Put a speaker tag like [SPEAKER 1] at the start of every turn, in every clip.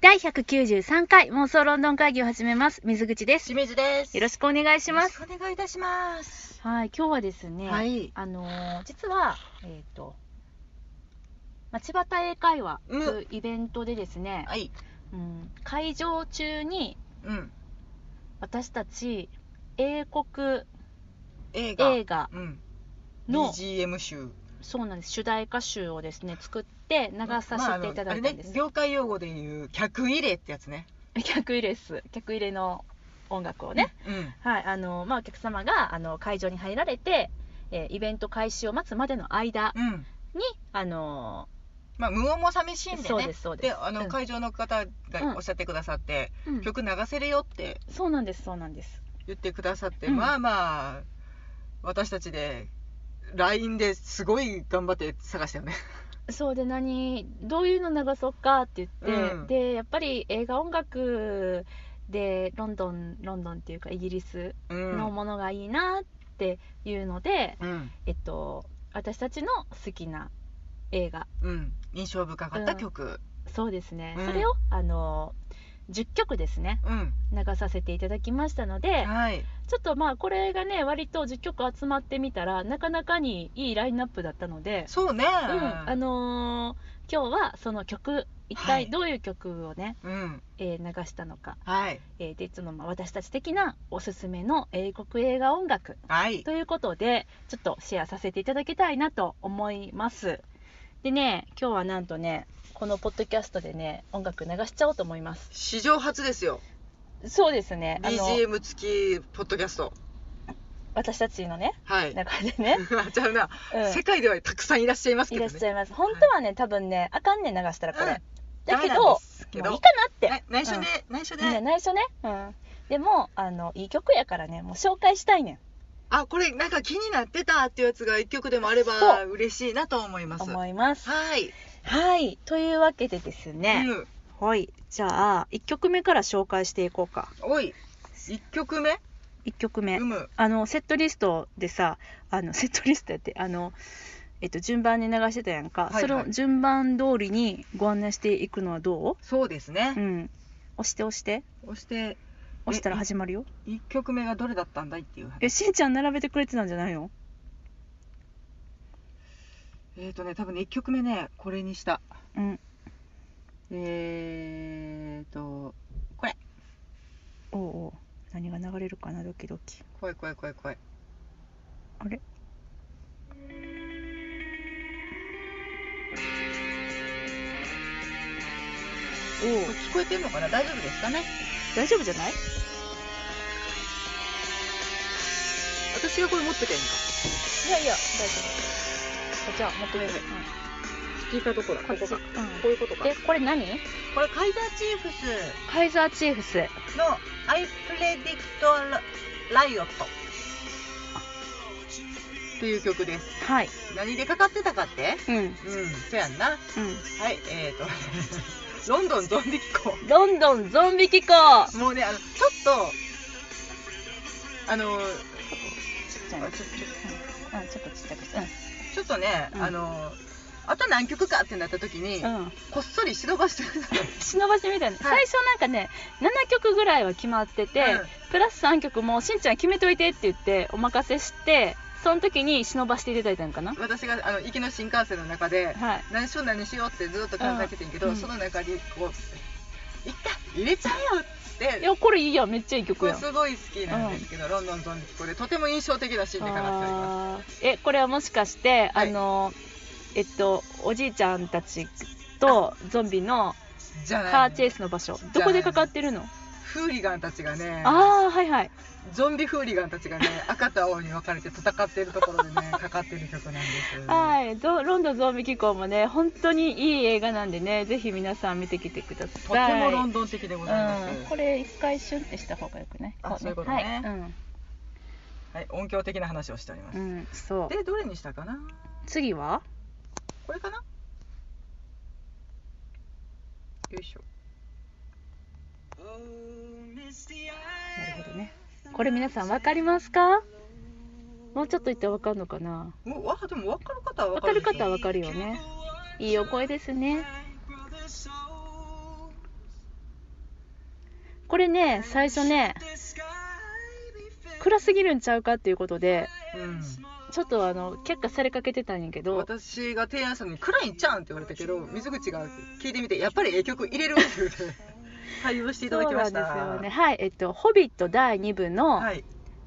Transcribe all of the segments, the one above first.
[SPEAKER 1] 第193回妄想ロンドン会議を始めます。水口です。
[SPEAKER 2] 清水です。
[SPEAKER 1] よろしくお願いします。
[SPEAKER 2] よろしくお願いいたします。
[SPEAKER 1] はい、今日はですね、
[SPEAKER 2] はい
[SPEAKER 1] あのー実は、えっ、と、町端英会話というイベントでですね、
[SPEAKER 2] はい。
[SPEAKER 1] うん、会場中に
[SPEAKER 2] うん。
[SPEAKER 1] 私たち英国
[SPEAKER 2] 映画。
[SPEAKER 1] 映画
[SPEAKER 2] うん。
[SPEAKER 1] の
[SPEAKER 2] BGM 集。
[SPEAKER 1] そうなんです主題歌集をですね作って流さ
[SPEAKER 2] まああ
[SPEAKER 1] せ
[SPEAKER 2] の
[SPEAKER 1] ていただいたんです、
[SPEAKER 2] あれね、業界用語で言う客入れってやつね。
[SPEAKER 1] 客入れです客入れの音楽をね、
[SPEAKER 2] うん。
[SPEAKER 1] はいあのまあ、お客様があの会場に入られて、えーイベント開始を待つまでの間
[SPEAKER 2] うん。
[SPEAKER 1] に、あの
[SPEAKER 2] まあ無音も寂しいんでね。
[SPEAKER 1] そうですそうです
[SPEAKER 2] あの、
[SPEAKER 1] うん
[SPEAKER 2] 会場の方
[SPEAKER 1] うん
[SPEAKER 2] がおっしゃってくださって、
[SPEAKER 1] ーうん
[SPEAKER 2] 曲流せるよって
[SPEAKER 1] そうなんですそうなんです
[SPEAKER 2] 言ってくださって、
[SPEAKER 1] うん
[SPEAKER 2] まあまあ私たちで LINE ですごい頑張って探したよね。
[SPEAKER 1] そうで何どういうの流そうかって言って、
[SPEAKER 2] うん
[SPEAKER 1] でやっぱり映画音楽でロンドンロンドンっていうかイギリス
[SPEAKER 2] う
[SPEAKER 1] の
[SPEAKER 2] ん。
[SPEAKER 1] ものがいいなっていうので、
[SPEAKER 2] うん。
[SPEAKER 1] えっと私たちの好きな映画
[SPEAKER 2] うん。印象深かった曲。
[SPEAKER 1] そうですね、
[SPEAKER 2] うん
[SPEAKER 1] それをあの10曲ですね
[SPEAKER 2] うん。
[SPEAKER 1] 流させていただきましたので
[SPEAKER 2] はい。
[SPEAKER 1] ちょっとまあこれがね割と10曲集まってみたらなかなかにいいラインナップだったので、
[SPEAKER 2] そうね。
[SPEAKER 1] うんあのー今日はその曲一
[SPEAKER 2] は
[SPEAKER 1] 体
[SPEAKER 2] い
[SPEAKER 1] どういう曲をね、
[SPEAKER 2] うん。
[SPEAKER 1] えー流したのか、
[SPEAKER 2] はい。
[SPEAKER 1] えーでそのまあ私たち的なおすすめの英国映画音楽
[SPEAKER 2] はい。
[SPEAKER 1] ということでちょっとシェアさせていただきたいなと思いますでね今日はなんとねこのポッドキャストでね音楽流しちゃおうと思います
[SPEAKER 2] 史上初ですよ。
[SPEAKER 1] そうですねあの
[SPEAKER 2] BGM 付きポッドキャスト。
[SPEAKER 1] 私たちのね
[SPEAKER 2] はい。
[SPEAKER 1] 中でね、
[SPEAKER 2] あちゃうな、世
[SPEAKER 1] う
[SPEAKER 2] 界ではたくさんいらっしゃいま
[SPEAKER 1] ん、
[SPEAKER 2] すけ
[SPEAKER 1] い
[SPEAKER 2] ど
[SPEAKER 1] ら
[SPEAKER 2] ね。
[SPEAKER 1] っしゃいます本当はね多分ねあかんね流したらこれ、
[SPEAKER 2] うん
[SPEAKER 1] だけど
[SPEAKER 2] ダメなんですけど
[SPEAKER 1] もういいかなって
[SPEAKER 2] な内緒で、内緒
[SPEAKER 1] うん
[SPEAKER 2] で、
[SPEAKER 1] みんな内緒ねうんでもあのいい曲やからねもう紹介したいねん
[SPEAKER 2] あ、これなんか気になってたっていうやつが一曲でもあれば
[SPEAKER 1] そ
[SPEAKER 2] 嬉しいなと思います。は
[SPEAKER 1] 思います
[SPEAKER 2] い。
[SPEAKER 1] はいというわけでですね、
[SPEAKER 2] うん。
[SPEAKER 1] はいじゃあ1曲目から紹介していこうか
[SPEAKER 2] おい。一曲目
[SPEAKER 1] 1曲目、
[SPEAKER 2] うむ。
[SPEAKER 1] あのセットリストでさあのセ ットリストやってあの、えっと、順番に流してたやんか、
[SPEAKER 2] はいはい
[SPEAKER 1] それを順番通りにご案内していくのはど
[SPEAKER 2] そうですね
[SPEAKER 1] う、う。ん、押して押して
[SPEAKER 2] そして、
[SPEAKER 1] 押したら始まるよ
[SPEAKER 2] 一曲目がどれだったんだいっていう話。
[SPEAKER 1] えしんちゃん並べてくれてたんじゃないの
[SPEAKER 2] えっ、ー、とね、多分ね、一曲目ね、これにした。
[SPEAKER 1] うん
[SPEAKER 2] えーと、
[SPEAKER 1] おうおう何が流れるかなドキドキ
[SPEAKER 2] 怖い怖い怖い怖い。
[SPEAKER 1] あれ
[SPEAKER 2] これ
[SPEAKER 1] お
[SPEAKER 2] 聞こえてんのかな大丈夫ですかね
[SPEAKER 1] 大丈夫じゃない
[SPEAKER 2] 私がこれ持ってたやんか。
[SPEAKER 1] いやいや大丈夫じゃあ持ってみる、
[SPEAKER 2] はいスピーカーどこだここか。こういうことか。
[SPEAKER 1] えこれ何
[SPEAKER 2] これカイザーチーフス
[SPEAKER 1] カイザーチーフス
[SPEAKER 2] の I Predict Riot という曲です。
[SPEAKER 1] はい
[SPEAKER 2] 何でかかってたかって
[SPEAKER 1] うんう
[SPEAKER 2] うん、そうやんな。
[SPEAKER 1] ん
[SPEAKER 2] はい、えーと、 ロンドンゾンビ機構。
[SPEAKER 1] ロンドンゾンビ機構
[SPEAKER 2] もうね、あの、ちょっと、あの、
[SPEAKER 1] ちっちゃいのちょっと、うん、ちょっとちっちゃくして
[SPEAKER 2] ちょっとね、
[SPEAKER 1] うん
[SPEAKER 2] あの、あと何曲かってなった時に、
[SPEAKER 1] うん、うん、
[SPEAKER 2] こっそり忍ばしてくだ さい。
[SPEAKER 1] 忍ばしみたいな、
[SPEAKER 2] はい
[SPEAKER 1] 最初なんかね7曲ぐらいは決まってて、
[SPEAKER 2] うん
[SPEAKER 1] プラス3曲もしんちゃん決めといてって言ってお任せしてその時に忍ばしていただいたのかな
[SPEAKER 2] 私があの行きの新幹線の中で
[SPEAKER 1] はい
[SPEAKER 2] 何しよう何しようってずっと考えててんけど、
[SPEAKER 1] うん
[SPEAKER 2] その中にこう「いった入れちゃえよ」
[SPEAKER 1] い
[SPEAKER 2] って
[SPEAKER 1] やこれいいやんめっちゃいい
[SPEAKER 2] こ
[SPEAKER 1] 曲
[SPEAKER 2] れ
[SPEAKER 1] やん
[SPEAKER 2] すごい好きなんですけど、ロンドンゾンビこれとても印象的なシーンでかなっておりま
[SPEAKER 1] あーえこれはもしかして、
[SPEAKER 2] はい
[SPEAKER 1] あのえっとおじいちゃんたちとゾンビの
[SPEAKER 2] すじゃ
[SPEAKER 1] カ
[SPEAKER 2] な
[SPEAKER 1] ー
[SPEAKER 2] い
[SPEAKER 1] チェイスの場所どこでかかってるの
[SPEAKER 2] フーリガンたちがね
[SPEAKER 1] ああはいはい
[SPEAKER 2] ゾンビフーリガンたちがね赤と青に分かれて戦ってるところでねかかってる曲なんです
[SPEAKER 1] はいゾロンドンゾンビ機構もね本当にいい映画なんでねぜひ皆さん見てきてください
[SPEAKER 2] とてもロンドン的でございま
[SPEAKER 1] う
[SPEAKER 2] す、
[SPEAKER 1] ん、これ一回シュンってした方がよくない
[SPEAKER 2] あ
[SPEAKER 1] こ
[SPEAKER 2] そういうことね
[SPEAKER 1] はい
[SPEAKER 2] はい、音響的な話をしております、
[SPEAKER 1] うん、うん、そう
[SPEAKER 2] でどれにしたかな
[SPEAKER 1] 次は
[SPEAKER 2] これかなよいしょ
[SPEAKER 1] なるほどねこれ皆さん分かりますかもうちょっと言ったら分かるのかな
[SPEAKER 2] もうわでも分かる方
[SPEAKER 1] 分
[SPEAKER 2] は分
[SPEAKER 1] か
[SPEAKER 2] か
[SPEAKER 1] る
[SPEAKER 2] る
[SPEAKER 1] 方は分かるよねいいお声ですねこれね最初ね暗すぎるんちゃうかっていうことで
[SPEAKER 2] うん
[SPEAKER 1] ちょっとあの却下されかけてたんやけど
[SPEAKER 2] 私が提案したのに「暗いんちゃうん」って言われたけど水口が聞いてみてやっぱりええ曲入れるって言 うて対応していただきました
[SPEAKER 1] そうなんですよねはいえっと「ホビット」第2部の
[SPEAKER 2] はい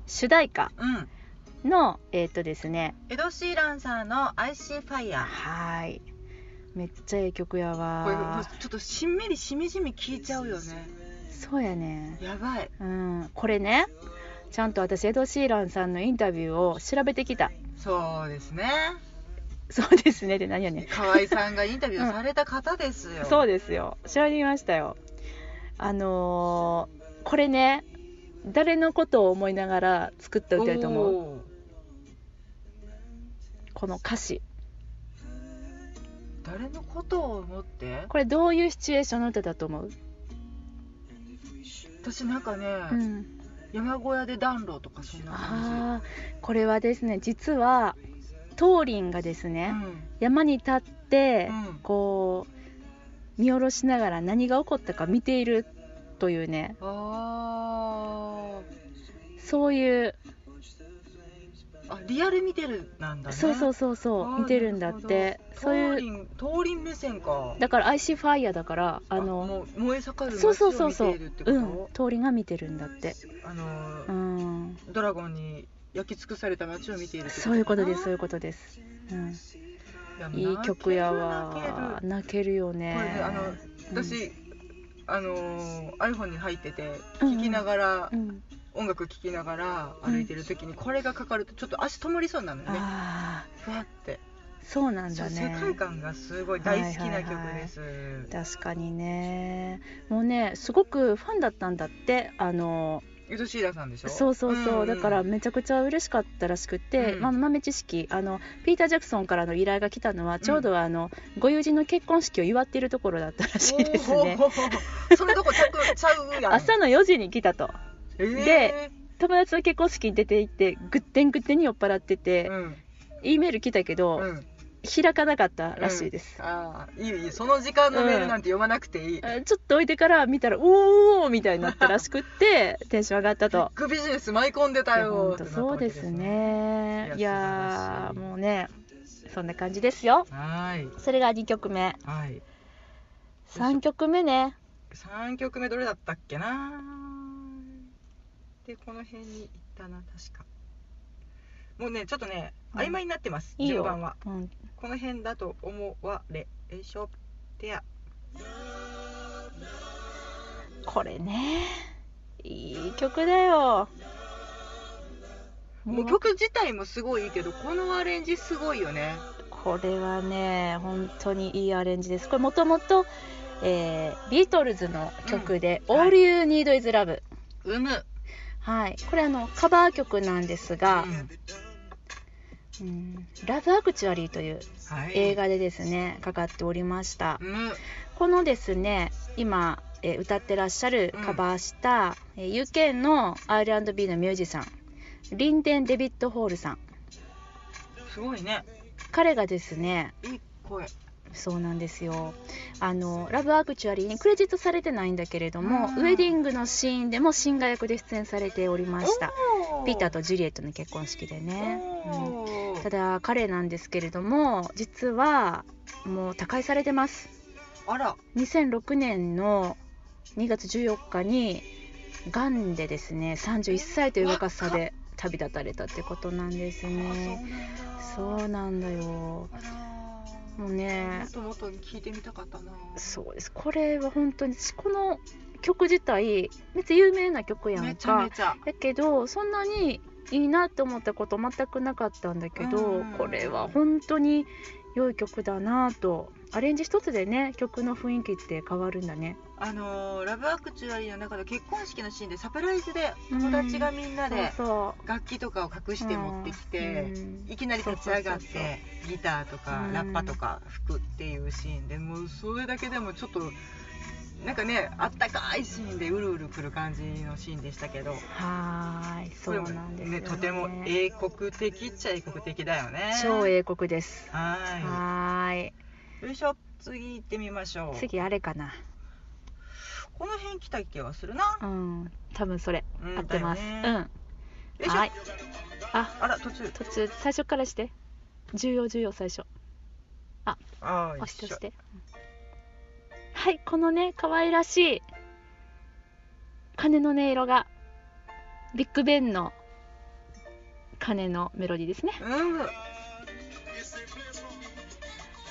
[SPEAKER 1] 主題歌
[SPEAKER 2] うん
[SPEAKER 1] の、えっとですね
[SPEAKER 2] エド・シーランさんの「アイシー・ファイヤー
[SPEAKER 1] はいめっちゃええ曲や」
[SPEAKER 2] これもう
[SPEAKER 1] わ
[SPEAKER 2] ちょっとしんみりしみじみ聴いちゃうよね
[SPEAKER 1] そうやね
[SPEAKER 2] やばい
[SPEAKER 1] うんこれねちゃんと私エド・シーランさんのインタビューを調べてきた
[SPEAKER 2] そうですね
[SPEAKER 1] そうですねって何やねん
[SPEAKER 2] 河合さんがインタビューされた方ですよ、
[SPEAKER 1] そうですよ調べてきましたよあのーこれね誰のことを思いながら作った歌やと思う
[SPEAKER 2] おー
[SPEAKER 1] この歌詞
[SPEAKER 2] 誰のことを思って
[SPEAKER 1] これどういうシチュエーションの歌だと思う、
[SPEAKER 2] 私なんかね、
[SPEAKER 1] うん、
[SPEAKER 2] 山小屋で暖炉とかそんな感
[SPEAKER 1] ああこれはですね実はトーリンがです
[SPEAKER 2] じ、
[SPEAKER 1] ね、
[SPEAKER 2] うん
[SPEAKER 1] 山に立って、
[SPEAKER 2] うん
[SPEAKER 1] こう見下ろしながら何が起こったか見ているというね
[SPEAKER 2] あ
[SPEAKER 1] そういう、
[SPEAKER 2] ーあリアル見てるなんだね
[SPEAKER 1] そうそう
[SPEAKER 2] そ
[SPEAKER 1] そうそう見てるんだってそう
[SPEAKER 2] 通
[SPEAKER 1] いう
[SPEAKER 2] 輪通輪目線か
[SPEAKER 1] だから「アイシーファイヤー」だからあの
[SPEAKER 2] もう燃え盛る
[SPEAKER 1] そう
[SPEAKER 2] 街
[SPEAKER 1] そ
[SPEAKER 2] を
[SPEAKER 1] うそう
[SPEAKER 2] 見て
[SPEAKER 1] そう
[SPEAKER 2] いるってこと
[SPEAKER 1] うん通りが見てるんだって
[SPEAKER 2] あのー
[SPEAKER 1] うん
[SPEAKER 2] ドラゴンに焼き尽くされた街を見ているって
[SPEAKER 1] そういうことですそう
[SPEAKER 2] い
[SPEAKER 1] いうことです、うん、
[SPEAKER 2] やもう
[SPEAKER 1] いい曲や
[SPEAKER 2] 泣ける
[SPEAKER 1] わ
[SPEAKER 2] 泣ける
[SPEAKER 1] 泣けるよ
[SPEAKER 2] これねあの
[SPEAKER 1] ねうん
[SPEAKER 2] 私、あのー iPhone に入ってて
[SPEAKER 1] うんうん
[SPEAKER 2] 聴きながら、
[SPEAKER 1] うん
[SPEAKER 2] 音楽聴きながら
[SPEAKER 1] うん
[SPEAKER 2] 歩いてる時にこれがかかるとちょっと足止まりそうなのね
[SPEAKER 1] ああ
[SPEAKER 2] ふわって
[SPEAKER 1] そうなんだ
[SPEAKER 2] そう
[SPEAKER 1] ね
[SPEAKER 2] 世界観がすごい大好きな曲です、
[SPEAKER 1] 確かにねもうねすごくファンだったんだってあの
[SPEAKER 2] エド・シーランさんでしょ
[SPEAKER 1] そうそうそう、だからめちゃくちゃ嬉しかったらしくて、
[SPEAKER 2] うん
[SPEAKER 1] まあ、豆知識あのピーター・ジャクソンからの依頼が来たのはちょうどあの、ご友人の結婚式を祝っているところだったらしいですね
[SPEAKER 2] おー それどこちゃくちゃうやん
[SPEAKER 1] 朝の4時に来たと
[SPEAKER 2] えー
[SPEAKER 1] で友達の結婚式に出て行ってぐってんぐってんに酔っ払ってて
[SPEAKER 2] う、ん
[SPEAKER 1] E メール来たけど、
[SPEAKER 2] うん
[SPEAKER 1] 開かなかったらしいです、
[SPEAKER 2] ああいいよいいよその時間のメールなんて読まなくていい、
[SPEAKER 1] あちょっと置いてから見たらおーみたいになったらしくって テンション上がった
[SPEAKER 2] ビッ
[SPEAKER 1] と
[SPEAKER 2] グビジネス舞い込んでた
[SPEAKER 1] いや
[SPEAKER 2] よ
[SPEAKER 1] 本当そうですね
[SPEAKER 2] い
[SPEAKER 1] い
[SPEAKER 2] や
[SPEAKER 1] や
[SPEAKER 2] 素晴らしい
[SPEAKER 1] ーもうねそんな感じですよ
[SPEAKER 2] はい
[SPEAKER 1] それが2曲目
[SPEAKER 2] はい
[SPEAKER 1] 3曲目ね
[SPEAKER 2] 3曲目どれだったっけなでこの辺に行ったな確かもうねちょっとね
[SPEAKER 1] うん
[SPEAKER 2] 曖昧になってます、
[SPEAKER 1] いいよ
[SPEAKER 2] 順番は
[SPEAKER 1] うん、
[SPEAKER 2] この辺だと思われよいしょてや
[SPEAKER 1] これねいい曲だよ
[SPEAKER 2] もう曲自体もすごいいいけどこのアレンジすごいよね
[SPEAKER 1] これはね本当にいいアレンジですこれもともとえービートルズの曲で「
[SPEAKER 2] うんはい
[SPEAKER 1] All You Need Is Love
[SPEAKER 2] うむ」
[SPEAKER 1] はいこれあのカバー曲なんですが
[SPEAKER 2] う
[SPEAKER 1] 「
[SPEAKER 2] ん
[SPEAKER 1] うんラブ・アクチュアリー」という
[SPEAKER 2] はい、
[SPEAKER 1] 映画でですねかかっておりました
[SPEAKER 2] うむ
[SPEAKER 1] このですね今、えー歌ってらっしゃるカバーした、えー UK の R&B のミュージシャンリンデン・デビッド・ホールさん
[SPEAKER 2] すごいね
[SPEAKER 1] 彼がですね
[SPEAKER 2] いい声
[SPEAKER 1] そうなんですよあのラブ・アクチュアリーにクレジットされてないんだけれども、
[SPEAKER 2] うん
[SPEAKER 1] ウェディングのシーンでもシンガー役で出演されておりましたピーター
[SPEAKER 2] と
[SPEAKER 1] とジュリエットの結婚式でね、うん
[SPEAKER 2] おー
[SPEAKER 1] ただ彼なんですけれども実はもう他界されてます
[SPEAKER 2] あら
[SPEAKER 1] 2006年の2月14日にがんでですね31歳という若さで旅立たれたってことなんです
[SPEAKER 2] あ
[SPEAKER 1] ね
[SPEAKER 2] そうなんだ
[SPEAKER 1] そうなんだよ
[SPEAKER 2] あら
[SPEAKER 1] もうね
[SPEAKER 2] もっともっと聞いてみたかったな
[SPEAKER 1] そうですこれは本当に私この曲自体めっちゃ有名な曲や
[SPEAKER 2] め
[SPEAKER 1] ん
[SPEAKER 2] ちゃ
[SPEAKER 1] か
[SPEAKER 2] めちゃ
[SPEAKER 1] だけどそんなにいいなって思ったこと全くなかったんだけど
[SPEAKER 2] うん
[SPEAKER 1] これは本当に良い曲だなぁとアレンジ一つでね曲の雰囲気って変わるんだね
[SPEAKER 2] あのーラブアクチュアリーの中で結婚式のシーンでサプライズで友達がみんなで
[SPEAKER 1] そうそう
[SPEAKER 2] 楽器とかを隠して持ってきて、
[SPEAKER 1] うん
[SPEAKER 2] いきなり立ち上がっ
[SPEAKER 1] そうそうそう
[SPEAKER 2] てギターとか
[SPEAKER 1] うん
[SPEAKER 2] ラッパとか吹くっていうシーンでもうそれだけでもちょっとなんかねあったかいシーンでうるうるくる感じのシーンでしたけど
[SPEAKER 1] はーいそうなんですよ
[SPEAKER 2] ねとても英国的っちゃ英国的だよね
[SPEAKER 1] 超英国です
[SPEAKER 2] は
[SPEAKER 1] はーい
[SPEAKER 2] いよいしょ次行ってみましょう
[SPEAKER 1] 次あれかな
[SPEAKER 2] この辺来た気はするな
[SPEAKER 1] うん多分それ、
[SPEAKER 2] うん
[SPEAKER 1] 合ってます、
[SPEAKER 2] だよ
[SPEAKER 1] う
[SPEAKER 2] ね
[SPEAKER 1] ん
[SPEAKER 2] よいしょ
[SPEAKER 1] はいあ
[SPEAKER 2] あら途中
[SPEAKER 1] 途中最初からして重要重要最初
[SPEAKER 2] あー
[SPEAKER 1] 押して
[SPEAKER 2] 一
[SPEAKER 1] 押
[SPEAKER 2] 緒
[SPEAKER 1] してはいこのね可愛らしい鐘の音色がビッグベンの鐘のメロディーですね
[SPEAKER 2] うん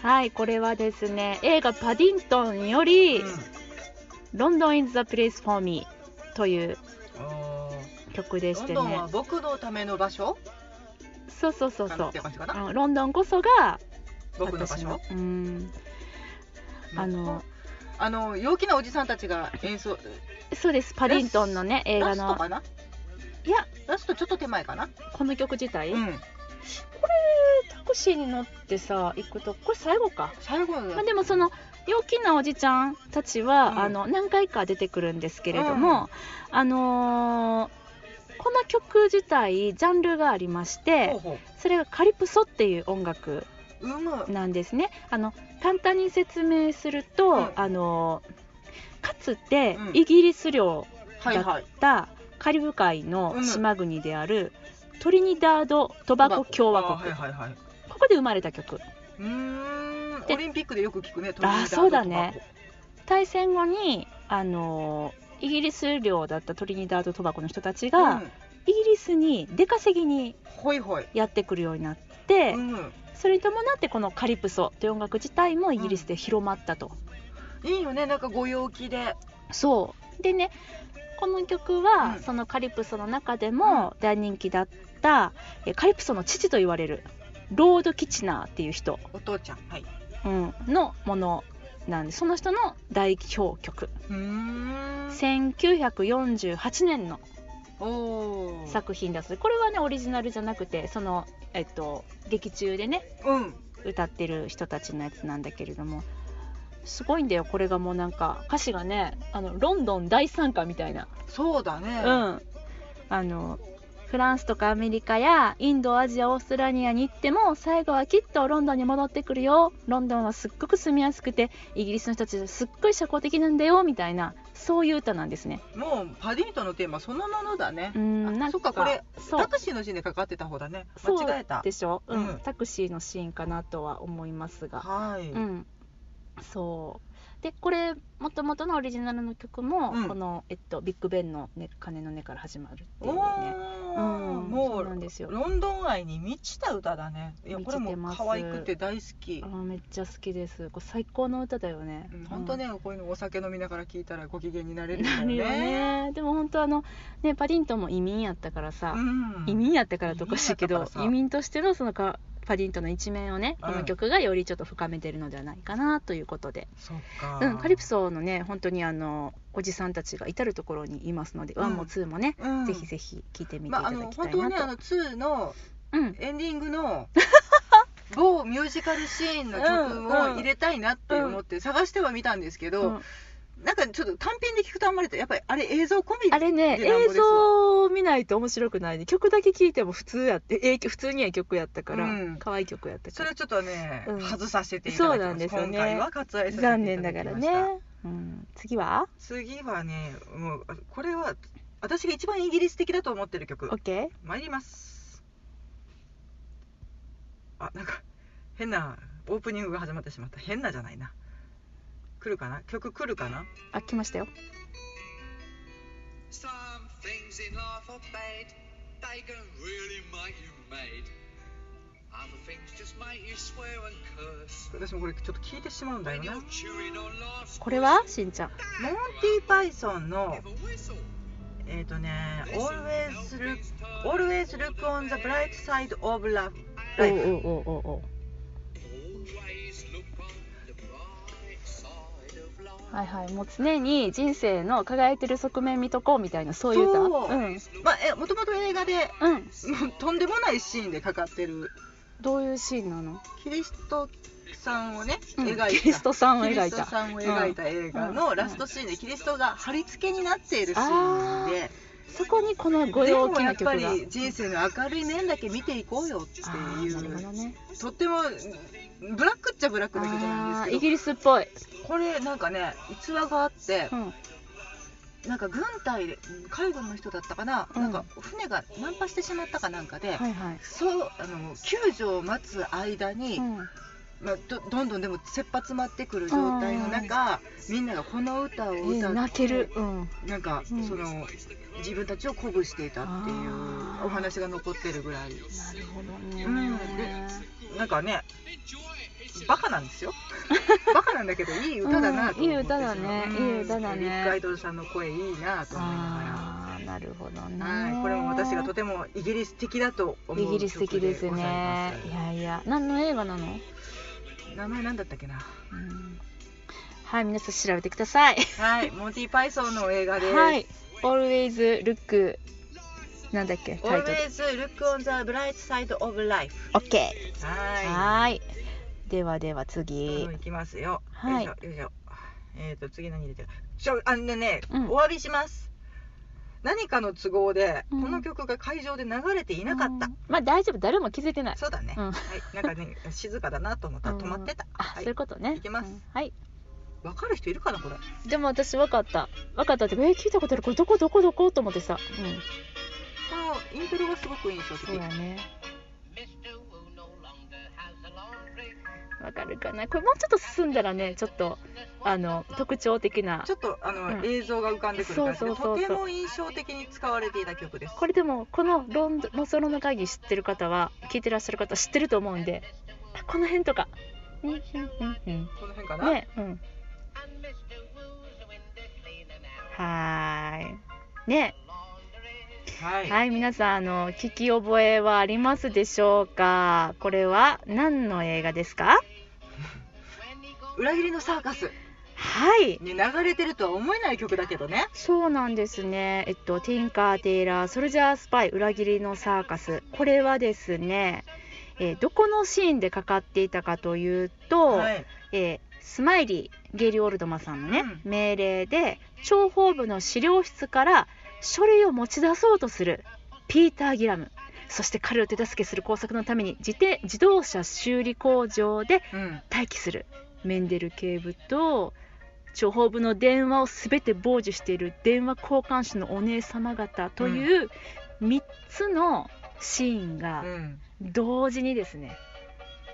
[SPEAKER 1] はいこれはですね映画「パディントン」より
[SPEAKER 2] うん
[SPEAKER 1] 「ロンドン・イン・ザ・プレイス・フォー・ミー」という
[SPEAKER 2] あー
[SPEAKER 1] 曲でし
[SPEAKER 2] ロン
[SPEAKER 1] て
[SPEAKER 2] ドン
[SPEAKER 1] ね
[SPEAKER 2] は僕のための場所
[SPEAKER 1] そうそうそうそ
[SPEAKER 2] な
[SPEAKER 1] うん
[SPEAKER 2] て感じか
[SPEAKER 1] あ
[SPEAKER 2] な
[SPEAKER 1] のロンドンこそが
[SPEAKER 2] 僕の場所
[SPEAKER 1] うーんあの
[SPEAKER 2] あの陽気なおじさんたちが演奏
[SPEAKER 1] そうですパディントンのね映画
[SPEAKER 2] ラスト
[SPEAKER 1] の
[SPEAKER 2] かない
[SPEAKER 1] や
[SPEAKER 2] ラストちょっと手前かな
[SPEAKER 1] この曲自体、
[SPEAKER 2] うん
[SPEAKER 1] これタクシーに乗ってさ行くとこれ最後か、
[SPEAKER 2] 最後の
[SPEAKER 1] まあ、でもその陽気なおじちゃんたちは、
[SPEAKER 2] うん
[SPEAKER 1] あの何回か出てくるんですけれども、あのーこの曲自体ジャンルがありまして
[SPEAKER 2] ほうほ
[SPEAKER 1] それがカリプソっていう音楽
[SPEAKER 2] ううむ
[SPEAKER 1] なんですねあの簡単に説明すると、
[SPEAKER 2] うん
[SPEAKER 1] あのーかつて
[SPEAKER 2] うん
[SPEAKER 1] イギリス領
[SPEAKER 2] はいはい
[SPEAKER 1] だカリブ海の島国である、トリニダード・トバコ共和国、
[SPEAKER 2] あはいはいはい
[SPEAKER 1] ここで生まれた曲
[SPEAKER 2] うーん
[SPEAKER 1] で
[SPEAKER 2] オリンピックでよく聞くねト
[SPEAKER 1] あーそうだね大戦後にあのイギリス領だったトリニダード・トバコの人たちが、
[SPEAKER 2] うん
[SPEAKER 1] イギリスに出稼ぎに
[SPEAKER 2] ほいほい
[SPEAKER 1] やってくるようになって、
[SPEAKER 2] うん
[SPEAKER 1] それに伴ってこのカリプソという音楽自体もイギリスで広まったと、
[SPEAKER 2] いいよねなんかご陽気で
[SPEAKER 1] そうでねこの曲は、
[SPEAKER 2] うん
[SPEAKER 1] そのカリプソの中でも大人気だった、えカリプソの父と言われるロード・キチナーっていう人、
[SPEAKER 2] お父ちゃんはい
[SPEAKER 1] うんのものなんでその人の代表曲
[SPEAKER 2] うーん
[SPEAKER 1] 1948年の
[SPEAKER 2] おお
[SPEAKER 1] 作品だそうでこれはねオリジナルじゃなくてその、えっと、劇中でね
[SPEAKER 2] うん
[SPEAKER 1] 歌ってる人たちのやつなんだけれどもすごいんだよこれがもうなんか歌詞がねあのロンドン大参加みたいな、
[SPEAKER 2] そうだ
[SPEAKER 1] う
[SPEAKER 2] ね
[SPEAKER 1] んあのフランスとかアメリカやインドアジアオーストラリアに行っても最後はきっとロンドンに戻ってくるよロンドンはすっごく住みやすくてイギリスの人たちすっごい社交的なんだよみたいなそういう歌なんですね。
[SPEAKER 2] もうパディントンのテーマそのものだね
[SPEAKER 1] うん
[SPEAKER 2] あ
[SPEAKER 1] なん
[SPEAKER 2] そっかこれ
[SPEAKER 1] そう
[SPEAKER 2] タクシーのシーンでかかってた方だね
[SPEAKER 1] そう
[SPEAKER 2] 間違えた
[SPEAKER 1] でしょ、うん
[SPEAKER 2] うん
[SPEAKER 1] タクシーのシーンかなとは思いますが、
[SPEAKER 2] はい、
[SPEAKER 1] うん、そうでこれもともとのオリジナルの曲も、
[SPEAKER 2] うん
[SPEAKER 1] この、えっと、ビッグベンの、ね「鐘の音」から始まるってい
[SPEAKER 2] お
[SPEAKER 1] うね
[SPEAKER 2] ー
[SPEAKER 1] うん
[SPEAKER 2] も
[SPEAKER 1] そう
[SPEAKER 2] う
[SPEAKER 1] なんですよ
[SPEAKER 2] ロンドン愛に満ちた歌だねいやこれ
[SPEAKER 1] 満ちてま
[SPEAKER 2] も
[SPEAKER 1] す
[SPEAKER 2] 可愛くて大好き
[SPEAKER 1] あーめっちゃ好きですこれ最高の歌だよね
[SPEAKER 2] 本当、ねこういうのお酒飲みながら聴いたらご機嫌になれ
[SPEAKER 1] うん
[SPEAKER 2] るん
[SPEAKER 1] な
[SPEAKER 2] だよ
[SPEAKER 1] るよ
[SPEAKER 2] ね
[SPEAKER 1] ねでも本当あのねパディントンも移民やったからさ、
[SPEAKER 2] うん
[SPEAKER 1] 移民やったからとおかしいけ
[SPEAKER 2] 移
[SPEAKER 1] ど
[SPEAKER 2] 民やったから
[SPEAKER 1] 移
[SPEAKER 2] さ
[SPEAKER 1] 民としてのそのかパディントンの一面をねこの曲がよりちょっと深めてるのではないかなということで、
[SPEAKER 2] そっか
[SPEAKER 1] うん、カリプソのね本当にあのおじさんたちが至る所にいますので、
[SPEAKER 2] うん
[SPEAKER 1] ワンもツーもね、
[SPEAKER 2] うん
[SPEAKER 1] ぜひぜひ聞いてみてい
[SPEAKER 2] ま
[SPEAKER 1] た
[SPEAKER 2] あ、
[SPEAKER 1] だ
[SPEAKER 2] あ
[SPEAKER 1] きたいなと、
[SPEAKER 2] の本当はねあの2の
[SPEAKER 1] うん、
[SPEAKER 2] エンディングの某ミュージカルシーンの曲を入れたいなって思って探してはみたんですけど、
[SPEAKER 1] うん
[SPEAKER 2] なんかちょっと単品で聞くとあんまりやっぱりあれ映像込み
[SPEAKER 1] あれね
[SPEAKER 2] でなんぼ
[SPEAKER 1] 映
[SPEAKER 2] ですわ
[SPEAKER 1] 像を見ないと面白くないね曲だけ聞いても普通やってえー普通には曲やったから、
[SPEAKER 2] うん
[SPEAKER 1] 可愛い曲やった
[SPEAKER 2] そ
[SPEAKER 1] か
[SPEAKER 2] れ
[SPEAKER 1] ら
[SPEAKER 2] はちょっとね、
[SPEAKER 1] うん
[SPEAKER 2] 外させていただき
[SPEAKER 1] そうな
[SPEAKER 2] ま
[SPEAKER 1] ん
[SPEAKER 2] す
[SPEAKER 1] ですよね
[SPEAKER 2] 今回は割愛させていただき
[SPEAKER 1] 残
[SPEAKER 2] ました
[SPEAKER 1] 念ながらね、うん、次は
[SPEAKER 2] 次はねもうこれは私が一番イギリス的だと思ってる曲
[SPEAKER 1] OK?
[SPEAKER 2] 参りますあなんか変なオープニングが始まってしまった変なじゃないな来るかな曲来るかな
[SPEAKER 1] あ来ましたよ
[SPEAKER 3] Some things in life are bad, they can really make you mad. Other things just make you swear and curse.
[SPEAKER 2] 私もこれちょっと聞いてしまうんだよ
[SPEAKER 3] When
[SPEAKER 2] な
[SPEAKER 3] you're
[SPEAKER 2] モン
[SPEAKER 3] chewing on life's
[SPEAKER 1] これはしんちゃん
[SPEAKER 2] ティ・パイソンの
[SPEAKER 3] Give a whistle.
[SPEAKER 2] えっ、とね Always look, Always look on the bright side of love
[SPEAKER 1] おう
[SPEAKER 2] Life
[SPEAKER 1] おうおうおうお
[SPEAKER 3] Always look on the bright side of life.
[SPEAKER 1] うはいはいもう常に人生の輝いてる側面見とこうみたいなそういう歌
[SPEAKER 2] そう
[SPEAKER 1] うん
[SPEAKER 2] まあえもともと映画で
[SPEAKER 1] うん、
[SPEAKER 2] もうとんでもないシーンでかかってる
[SPEAKER 1] どういうシーンなの
[SPEAKER 2] キリストさんをね、
[SPEAKER 1] うん
[SPEAKER 2] 描いた
[SPEAKER 1] キリストさんを描いた
[SPEAKER 2] キリストさんを描いた映画のラストシーンでキリストが貼り付けになっているシーンで、
[SPEAKER 1] そこにこのご
[SPEAKER 2] で
[SPEAKER 1] 陽
[SPEAKER 2] も
[SPEAKER 1] 気
[SPEAKER 2] やっ
[SPEAKER 1] な曲
[SPEAKER 2] ぱ
[SPEAKER 1] が
[SPEAKER 2] り人生の明るい面だけ見ていこうよって
[SPEAKER 1] あ
[SPEAKER 2] い
[SPEAKER 1] ーなるほど
[SPEAKER 2] う、
[SPEAKER 1] ね
[SPEAKER 2] とってもブラックっちゃブラックだけどなん
[SPEAKER 1] あー
[SPEAKER 2] です
[SPEAKER 1] イ
[SPEAKER 2] け
[SPEAKER 1] ギリスっぽい、
[SPEAKER 2] どこれなんかね逸話があって、
[SPEAKER 1] うん、
[SPEAKER 2] なんか軍隊で海軍の人だったかな,、
[SPEAKER 1] うん
[SPEAKER 2] なんか船が難破してしまったかなんかで、
[SPEAKER 1] はいはい。
[SPEAKER 2] そうあの救助を待つ間に、
[SPEAKER 1] うん
[SPEAKER 2] まあ、どどんどんでも切羽詰まってくる状態の中、みんながこの歌を歌って、
[SPEAKER 1] えー泣ける。うん。
[SPEAKER 2] なんか、
[SPEAKER 1] うん
[SPEAKER 2] その自分たちを鼓舞していたっていう
[SPEAKER 1] あー
[SPEAKER 2] お話が残ってるぐらい、
[SPEAKER 1] なるほどね。
[SPEAKER 2] うんでなんかねバカなん ですよバカなんだけどいい歌だなと思って、
[SPEAKER 1] うんいい歌だねいい歌だね
[SPEAKER 2] ビッグアイドルさんの声いいなと思いな
[SPEAKER 1] ああ、なるほどね。
[SPEAKER 2] がら、はい、これも私がと
[SPEAKER 1] て
[SPEAKER 2] てもイギリス的だと思う
[SPEAKER 1] イギリス的です
[SPEAKER 2] 曲ございま
[SPEAKER 1] ね。いやいや、何の映画なの？
[SPEAKER 2] す名前なんだったっけな
[SPEAKER 1] うんはい、皆さん調べてください。
[SPEAKER 2] はいモンティ・パイソンの映画です、
[SPEAKER 1] はい、Always Look なんだっけタイトル。
[SPEAKER 2] Always look on the bright side of life
[SPEAKER 1] OK。
[SPEAKER 2] はい
[SPEAKER 1] はーい。ではでは次
[SPEAKER 2] どんどん。いきますよ。
[SPEAKER 1] はい
[SPEAKER 2] よいしょ、よいしょ。えっ、と、次何出てるちょ、あのね、
[SPEAKER 1] うん
[SPEAKER 2] お詫びします。何かの都合で、
[SPEAKER 1] うん
[SPEAKER 2] この曲が会場で流れていなかった。
[SPEAKER 1] うんまあ大丈夫、誰も気づいてない。
[SPEAKER 2] そうだね、
[SPEAKER 1] うん
[SPEAKER 2] はい。なんかね、静かだなと 思ったら止まってた。
[SPEAKER 1] あ、
[SPEAKER 2] は
[SPEAKER 1] そうい。
[SPEAKER 2] いう
[SPEAKER 1] ことね。
[SPEAKER 2] いきます
[SPEAKER 1] うんはい。
[SPEAKER 2] わかる人いるかな、これ。
[SPEAKER 1] でも私分かった。分かったって、えー聞いたことある。これどこどこどこと思ってさ。うん。
[SPEAKER 2] このイントロがすごく印象
[SPEAKER 1] そう
[SPEAKER 2] 的
[SPEAKER 1] だ。ね。
[SPEAKER 3] Mr. Wu no longer has a laundry.
[SPEAKER 1] わかるかな。これもうちょっと進んだらね、ちょっとあの特徴的な
[SPEAKER 2] ち。ょっとあの、
[SPEAKER 1] うん
[SPEAKER 2] 映像が浮かんでくる感じ
[SPEAKER 1] そ
[SPEAKER 2] で
[SPEAKER 1] うそうそうそう
[SPEAKER 2] とても印象的に使われていた曲です。
[SPEAKER 1] これでもこのロンド「ロソロの会議」知ってる方は聞いてらっしゃる方は知ってると思うんであこの辺とかうんうんうん
[SPEAKER 2] この辺か
[SPEAKER 1] うん
[SPEAKER 2] な、
[SPEAKER 1] ねうん
[SPEAKER 3] And Mr. Wu's a window cleaner now.
[SPEAKER 1] はーいね
[SPEAKER 3] Laundry.
[SPEAKER 2] はい。
[SPEAKER 1] はい皆さんあの聞き覚えはありますでしょうかこれは何の映画ですか
[SPEAKER 3] When he goes
[SPEAKER 2] 裏切りのサーカス
[SPEAKER 1] はい
[SPEAKER 2] に流れてるとは思えない曲だけどね。
[SPEAKER 1] そうなんですね。えっと、ティンカー・テイラー、ソルジャー・スパイ、裏切りのサーカス。これはですね、えーどこのシーンでかかっていたかというと、
[SPEAKER 2] はい。
[SPEAKER 1] えースマイリーゲイリー・オールドマンさんのね、
[SPEAKER 2] う
[SPEAKER 1] 命令で諜報部の資料室から書類を持ち出そうとするピーター・ギラムそして彼を手助けする工作のために自転自動車修理工場で
[SPEAKER 2] うん。
[SPEAKER 1] 待機するメンデル警部と諜報部の電話を全て傍受している電話交換手のお姉様方という3つのシーンが
[SPEAKER 2] うん。
[SPEAKER 1] 同時にですね、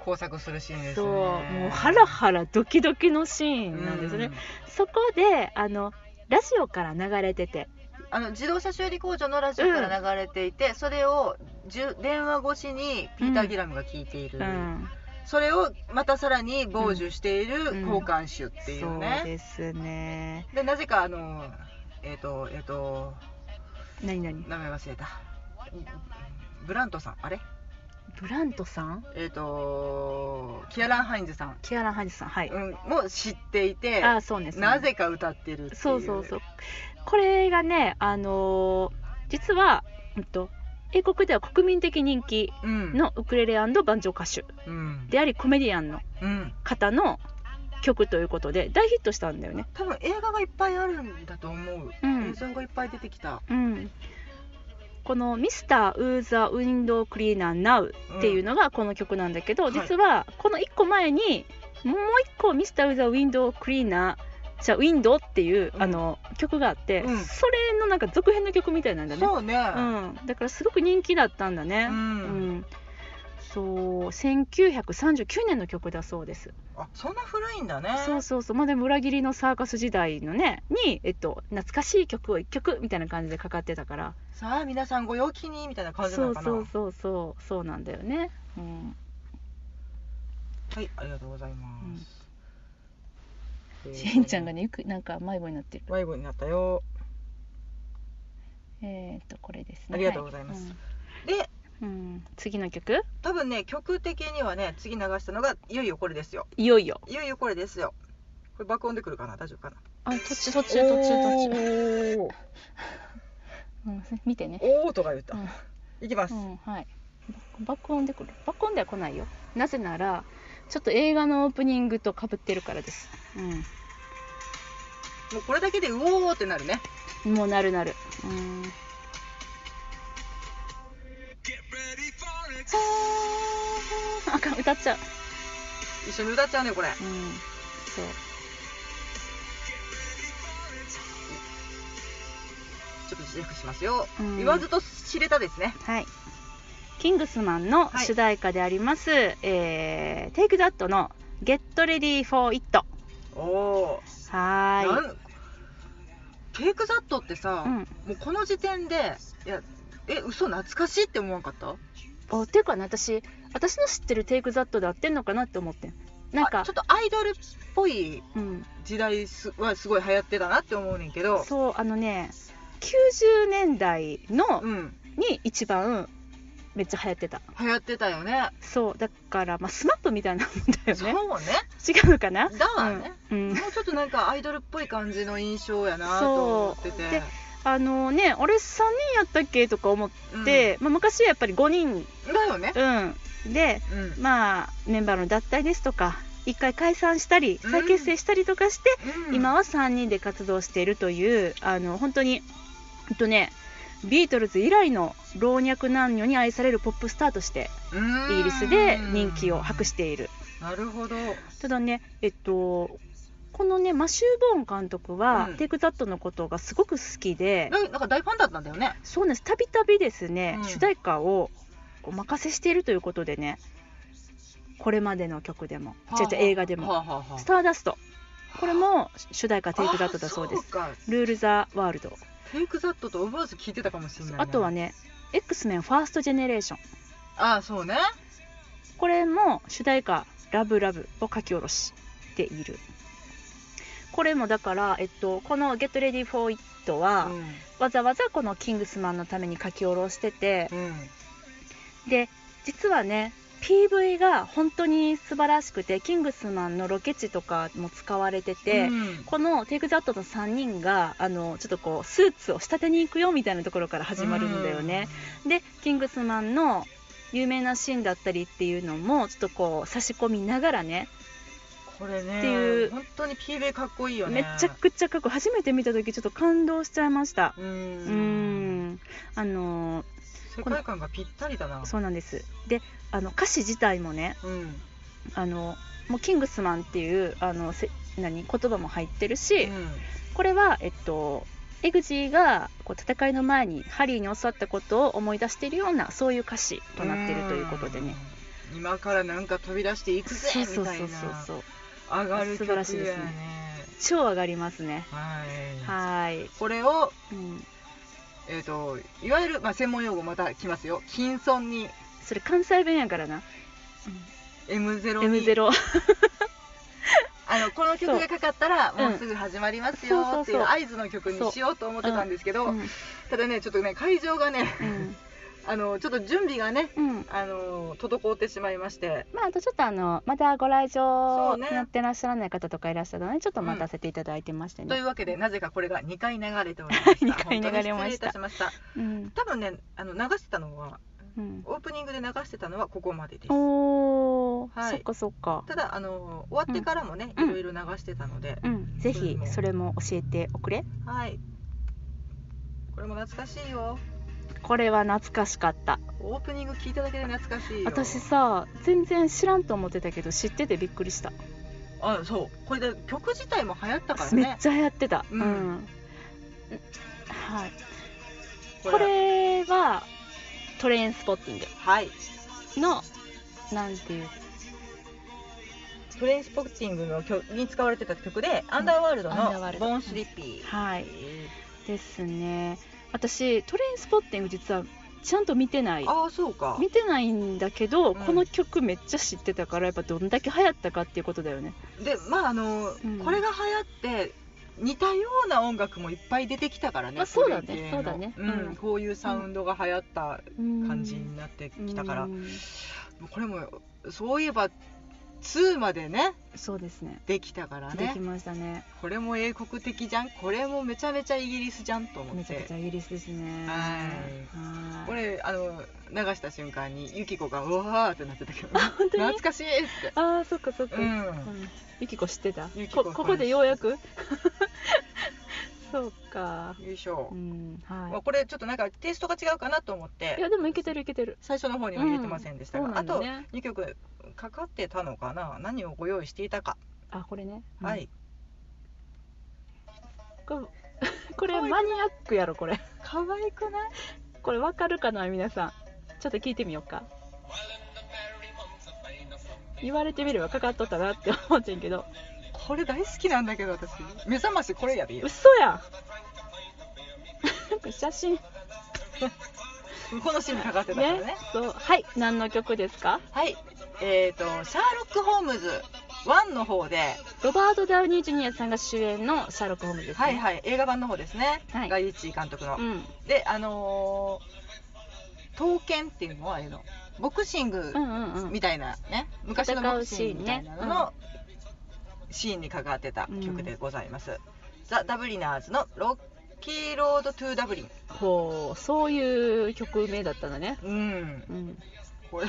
[SPEAKER 2] 工作するシーンですね
[SPEAKER 1] そうもうハラハラドキドキのシーンなんですね、
[SPEAKER 2] うん
[SPEAKER 1] そこであのラジオから流れてて
[SPEAKER 2] あの自動車修理工場のラジオから流れていて、それをじゅ電話越しにピーター・ギラムが聞いている、
[SPEAKER 1] うん、
[SPEAKER 2] それをまたさらに傍受している
[SPEAKER 1] ん
[SPEAKER 2] 交換手ってい
[SPEAKER 1] そうう
[SPEAKER 2] ね、
[SPEAKER 1] ですね
[SPEAKER 2] でなぜかあのえっ、とえっ、と
[SPEAKER 1] 何何
[SPEAKER 2] 名前忘れたブラントさんあれ
[SPEAKER 1] ブラントさん
[SPEAKER 2] えっ、とキアラン・ハインズさん、
[SPEAKER 1] キアラン・ハンジさんはい、
[SPEAKER 2] うん、も知っていて
[SPEAKER 1] ああそうねそうね
[SPEAKER 2] なぜか歌ってるっていう
[SPEAKER 1] そうそうそうこれがねあのー実は、うんと、英国では国民的人気
[SPEAKER 2] うん、
[SPEAKER 1] のウクレレbanjo 歌手
[SPEAKER 2] うん
[SPEAKER 1] でありコメディアンの
[SPEAKER 2] うん、
[SPEAKER 1] 方の曲ということで大ヒットしたんだよね
[SPEAKER 2] 多分映画がいっぱいあるんだと思う、
[SPEAKER 1] うん
[SPEAKER 2] 映像がいっぱい出てきた
[SPEAKER 1] うん、この「ミスター・ウーザー・ウィンドウ・クリーナー・ナウ」っていうのがこの曲なんだけど、
[SPEAKER 2] はい
[SPEAKER 1] 実はこの1個前にもう1個「ミスター・ウーザー・ウィンドウ・クリーナー」じゃあウィンドウっていう、
[SPEAKER 2] うん
[SPEAKER 1] あの曲があって、
[SPEAKER 2] うん
[SPEAKER 1] それのなんか続編の曲みたいなんだね
[SPEAKER 2] そうね、
[SPEAKER 1] うん、だからすごく人気だったんだね、
[SPEAKER 2] う
[SPEAKER 1] う
[SPEAKER 2] ん
[SPEAKER 1] んそう1939年の曲だそうです
[SPEAKER 2] あそんな古いんだね
[SPEAKER 1] そうそうそうまあでも裏切りのサーカス時代のねに、えっと、懐かしい曲を1曲みたいな感じでかかってたから
[SPEAKER 2] さあ皆さんご陽気にみたいな感じな
[SPEAKER 1] そ
[SPEAKER 2] の
[SPEAKER 1] う
[SPEAKER 2] かな
[SPEAKER 1] そうそうそうそうなんだよね、うん、
[SPEAKER 2] はいありがとうございます、えー
[SPEAKER 1] しんちゃんがねよくなんか迷子になってる
[SPEAKER 2] 迷子になったよ
[SPEAKER 1] えー、っとこれですね
[SPEAKER 2] ありがとうございます、で
[SPEAKER 1] はいうんうん次の曲
[SPEAKER 2] 多分ね曲的にはね次流したのがいよいよこれですよ
[SPEAKER 1] いよいよ
[SPEAKER 2] いよいよこれですよこれ爆音でくるかな大丈夫かな
[SPEAKER 1] あ途中途中途中途中、
[SPEAKER 2] 中おー
[SPEAKER 1] うん、見てね
[SPEAKER 2] おーとか言った、
[SPEAKER 1] うん
[SPEAKER 2] いきます、
[SPEAKER 1] うん、はい。バ爆音で来る。爆音では来ないよ。なぜなら、ちょっと映画のオープニングと被ってるからです。
[SPEAKER 2] もうこれだけでうおーってなるね
[SPEAKER 1] うん。もうなるなる。うん。
[SPEAKER 3] Get ready for it.
[SPEAKER 2] Oh.
[SPEAKER 1] あかん、歌っちゃう。
[SPEAKER 2] 一緒に歌っちゃうねこれ
[SPEAKER 1] うん。そう。
[SPEAKER 3] Get ready for it.
[SPEAKER 2] チェックしますよ、
[SPEAKER 1] うん
[SPEAKER 2] 言わずと知れたですね
[SPEAKER 1] はい。キングスマンの主題歌であります、えー、Take That の Get Ready for It。
[SPEAKER 2] おお
[SPEAKER 1] はーい。
[SPEAKER 2] テイクザットってさ、
[SPEAKER 1] うん
[SPEAKER 2] もうこの時点でいやえ嘘懐かしいって思わんかった
[SPEAKER 1] おていうかね、私、私の知ってる Take That で合ってんのかなって思ってんなん
[SPEAKER 2] あ
[SPEAKER 1] か
[SPEAKER 2] ちょっ、とアイドルっぽい
[SPEAKER 1] うん。
[SPEAKER 2] 時代すはすごい流行ってたなって思うねんけど
[SPEAKER 1] そう、あのね、90年代の、
[SPEAKER 2] うん
[SPEAKER 1] に一番めっちゃ流行ってた。
[SPEAKER 2] 流行ってたよね
[SPEAKER 1] そう、だから、まあ、スマップみたいなもんだ
[SPEAKER 2] そう
[SPEAKER 1] よね。
[SPEAKER 2] ね
[SPEAKER 1] 違うかな
[SPEAKER 2] だわね、
[SPEAKER 1] うん。うん
[SPEAKER 2] もうちょっとなんかアイドルっぽい感じの印象やなと思って
[SPEAKER 1] そう
[SPEAKER 2] て
[SPEAKER 1] であのね、あれ3人やったっけとか思って、まあ、昔はやっぱり5人
[SPEAKER 2] うんだよね
[SPEAKER 1] うん、で、
[SPEAKER 2] うん
[SPEAKER 1] まあ、メンバーの脱退ですとか一回解散したり
[SPEAKER 2] うん
[SPEAKER 1] 再結成したりとかして、
[SPEAKER 2] うん
[SPEAKER 1] 今は3人で活動しているというあの本当に、えっとね、ビートルズ以来の老若男女に愛されるポップスターとして
[SPEAKER 2] うん
[SPEAKER 1] イギリスで人気を博している。
[SPEAKER 2] なるほど
[SPEAKER 1] ただね、えっとこのねマシュー・ボーン監督は、
[SPEAKER 2] うん
[SPEAKER 1] テイク・ザットのことがすごく好きで、
[SPEAKER 2] ななんか大ファンだったんだよね
[SPEAKER 1] そうなんですたびたびですね、
[SPEAKER 2] うん
[SPEAKER 1] 主題歌をお任せしているということでねこれまでの曲でも違う違う映画でも
[SPEAKER 2] はあはあ
[SPEAKER 1] 「
[SPEAKER 2] は
[SPEAKER 1] スターダスト」これも主題歌
[SPEAKER 2] あ
[SPEAKER 1] テイクだったそうで
[SPEAKER 2] あ
[SPEAKER 1] す
[SPEAKER 2] そうか
[SPEAKER 1] 「ルール・ザ・ワールド
[SPEAKER 2] テイクザットと思わず聞いてたかもしれない、」ね、
[SPEAKER 1] あとはね「X メンファースト・ジェネレーション
[SPEAKER 2] ああそうね」
[SPEAKER 1] これも主題歌「ラブ・ラブ」を書き下ろしているこれもだから、えっと、この「Get Ready for It は」
[SPEAKER 2] うん
[SPEAKER 1] わざわざこのキングスマンのために書き下ろしてて、
[SPEAKER 2] うん
[SPEAKER 1] で実はね PV が本当に素晴らしくてキングスマンのロケ地とかも使われてて、
[SPEAKER 2] うん
[SPEAKER 1] このテイクザットの3人があのちょっとこうスーツを仕立てに行くよみたいなところから始まるんだよね、でキングスマンの有名なシーンだったりっていうのもちょっとこう差し込みながらね
[SPEAKER 2] これね
[SPEAKER 1] っていう
[SPEAKER 2] 本当に PV かっこいいよね
[SPEAKER 1] めちゃくちゃかっこいい初めて見た時ちょっと感動しちゃいました
[SPEAKER 2] う
[SPEAKER 1] うんーんあの
[SPEAKER 2] 世界観がぴったりだな
[SPEAKER 1] そうなんですであの歌詞自体もね
[SPEAKER 2] うん
[SPEAKER 1] あのもうキングスマンっていうあのせ何言葉も入ってる
[SPEAKER 2] う
[SPEAKER 1] し、
[SPEAKER 2] ん
[SPEAKER 1] これは、えっと、エグジーがこう戦いの前にハリーに教わったことを思い出しているようなそういう歌詞となっているということでね。
[SPEAKER 2] うん今からなんか飛び出していくぜ
[SPEAKER 1] そう
[SPEAKER 2] み
[SPEAKER 1] そうそ
[SPEAKER 2] たいうな
[SPEAKER 1] そうそう
[SPEAKER 2] 上がる曲や
[SPEAKER 1] 素晴ら
[SPEAKER 2] ね
[SPEAKER 1] しいです超上がりますね
[SPEAKER 2] はい
[SPEAKER 1] はい、
[SPEAKER 2] これを
[SPEAKER 1] うん、
[SPEAKER 2] えっ、といわゆるまあ専門用語また来ますよ金村に
[SPEAKER 1] それ関西弁やからな、
[SPEAKER 2] M0 に
[SPEAKER 1] M0
[SPEAKER 2] あのこの曲がかかったら
[SPEAKER 1] そう
[SPEAKER 2] もうすぐ始まります
[SPEAKER 1] う
[SPEAKER 2] よ
[SPEAKER 1] んそうそうそう
[SPEAKER 2] っていう合図の曲にしようと思ってたんですけど、
[SPEAKER 1] うん
[SPEAKER 2] ただねちょっとね会場がね、
[SPEAKER 1] うん
[SPEAKER 2] あのちょっと準備がね
[SPEAKER 1] うん
[SPEAKER 2] あの滞ってしまいまして
[SPEAKER 1] まあ、あとちょっとあのまだご来
[SPEAKER 2] そ
[SPEAKER 1] 場
[SPEAKER 2] うね
[SPEAKER 1] なってらっしゃらない方とかいらっしゃるのでちょっと待たせていただいてまして
[SPEAKER 2] とい
[SPEAKER 1] ね、
[SPEAKER 2] うわけでなぜかこれが2回流れておりまし た
[SPEAKER 1] 二回流れ
[SPEAKER 2] 本当
[SPEAKER 1] ま
[SPEAKER 2] に失礼い
[SPEAKER 1] した
[SPEAKER 2] たしました
[SPEAKER 1] うん
[SPEAKER 2] 多分ねあの流してたのは
[SPEAKER 1] うん、
[SPEAKER 2] オープニングで流してたのはここまでです
[SPEAKER 1] おー、
[SPEAKER 2] はい
[SPEAKER 1] そっかそっか
[SPEAKER 2] ただあの終わってからもね、
[SPEAKER 1] うん
[SPEAKER 2] いろいろ流してたので、
[SPEAKER 1] うんぜひそれも教えておくれ
[SPEAKER 2] はいこれも懐かしいよ
[SPEAKER 1] これは懐かしかった
[SPEAKER 2] オープニング聞いただけで懐かしいよ
[SPEAKER 1] 私さ全然知らんと思ってたけど知っててびっくりした、
[SPEAKER 2] あそうこれで曲自体も流行ったからね
[SPEAKER 1] めっちゃ流行ってたう
[SPEAKER 2] うん
[SPEAKER 1] ん、はいこれはトレインスポッティン
[SPEAKER 2] はい
[SPEAKER 1] グのなんていう
[SPEAKER 2] フレンチポッチングの曲に使われてた曲で、アンダーワールド
[SPEAKER 1] アンダーワー
[SPEAKER 2] の
[SPEAKER 1] ルド
[SPEAKER 2] ボーンスリッピー、
[SPEAKER 1] はいですね私トレインスポッティング実はちゃんと見てない
[SPEAKER 2] ああそうか
[SPEAKER 1] 見てないんだけど、
[SPEAKER 2] ん
[SPEAKER 1] この曲めっちゃ知ってたからやっぱどんだけ流行ったかっていうことだよね
[SPEAKER 2] でまああの、
[SPEAKER 1] うん
[SPEAKER 2] これが流行って似たような音楽もいっぱい出てきたからね、
[SPEAKER 1] まあそうだね
[SPEAKER 2] 古い系
[SPEAKER 1] そ
[SPEAKER 2] の
[SPEAKER 1] うだね
[SPEAKER 2] うん
[SPEAKER 1] うん
[SPEAKER 2] こういうサウンドが流行った感
[SPEAKER 1] 感
[SPEAKER 2] じになってきたから、
[SPEAKER 1] うん
[SPEAKER 2] これもそういえば2までね
[SPEAKER 1] そうですね
[SPEAKER 2] できたから
[SPEAKER 1] でき
[SPEAKER 2] ね
[SPEAKER 1] ましたね
[SPEAKER 2] これも英国的じゃんこれもめちゃめちゃイギリスじゃんと思
[SPEAKER 1] め
[SPEAKER 2] っ
[SPEAKER 1] ちゃ
[SPEAKER 2] て
[SPEAKER 1] くちゃイギリスですね
[SPEAKER 2] はい
[SPEAKER 1] は
[SPEAKER 2] こ
[SPEAKER 1] い
[SPEAKER 2] れあの流した瞬間にユキコがうわーってなってたけど
[SPEAKER 1] あ 本当に
[SPEAKER 2] 懐かしいって
[SPEAKER 1] あーそっかそっか、
[SPEAKER 2] う
[SPEAKER 1] うん
[SPEAKER 2] ん
[SPEAKER 1] ゆきこ知ってた
[SPEAKER 2] ゆきこ
[SPEAKER 1] こここでようやく そうか
[SPEAKER 2] よいしょ、
[SPEAKER 1] うん
[SPEAKER 2] まあ
[SPEAKER 1] は
[SPEAKER 2] これちょっとなんかテイストが違うかなと思っ
[SPEAKER 1] いい
[SPEAKER 2] て
[SPEAKER 1] やでもいけてるいけてる
[SPEAKER 2] 最初の方には入れてませんでしたが、
[SPEAKER 1] うんそうな
[SPEAKER 2] あ
[SPEAKER 1] んだ
[SPEAKER 2] と
[SPEAKER 1] ね
[SPEAKER 2] 2曲かかってたのかな何をご用意していたか、
[SPEAKER 1] あこれね、うん
[SPEAKER 2] はい
[SPEAKER 1] これこれマニアックやろこれ可愛くないこれわかるかな皆さんちょっと聞いてみようか言われてみればかかっとったなって思っちゃうけど
[SPEAKER 2] これ大好きなんだけど私目覚ましこれやでいいよ
[SPEAKER 1] 嘘や んなんか写真
[SPEAKER 2] このシーンにかかってたからね
[SPEAKER 1] ねそうはい何の曲ですか
[SPEAKER 2] はいえーと「シャーロック・ホームズ1」の方で、
[SPEAKER 1] ロバート・ダウニー・ジュニアさんが主演のシャーロック・ホームズですね
[SPEAKER 2] はいはい映画版の方ですね、
[SPEAKER 1] はい
[SPEAKER 2] ガイ・リッチー監督の、
[SPEAKER 1] うん
[SPEAKER 2] であのー刀剣っていうのはあれのボクシング
[SPEAKER 1] うんうんうん
[SPEAKER 2] みたいなね、昔のボクシングみたいなののシーンに関わってた曲でございます、ザ・ダブリナーズの「ロッキーロード・トゥ・ダブリン
[SPEAKER 1] ほうそういう曲名だったのね」
[SPEAKER 2] うん
[SPEAKER 1] うん
[SPEAKER 2] これ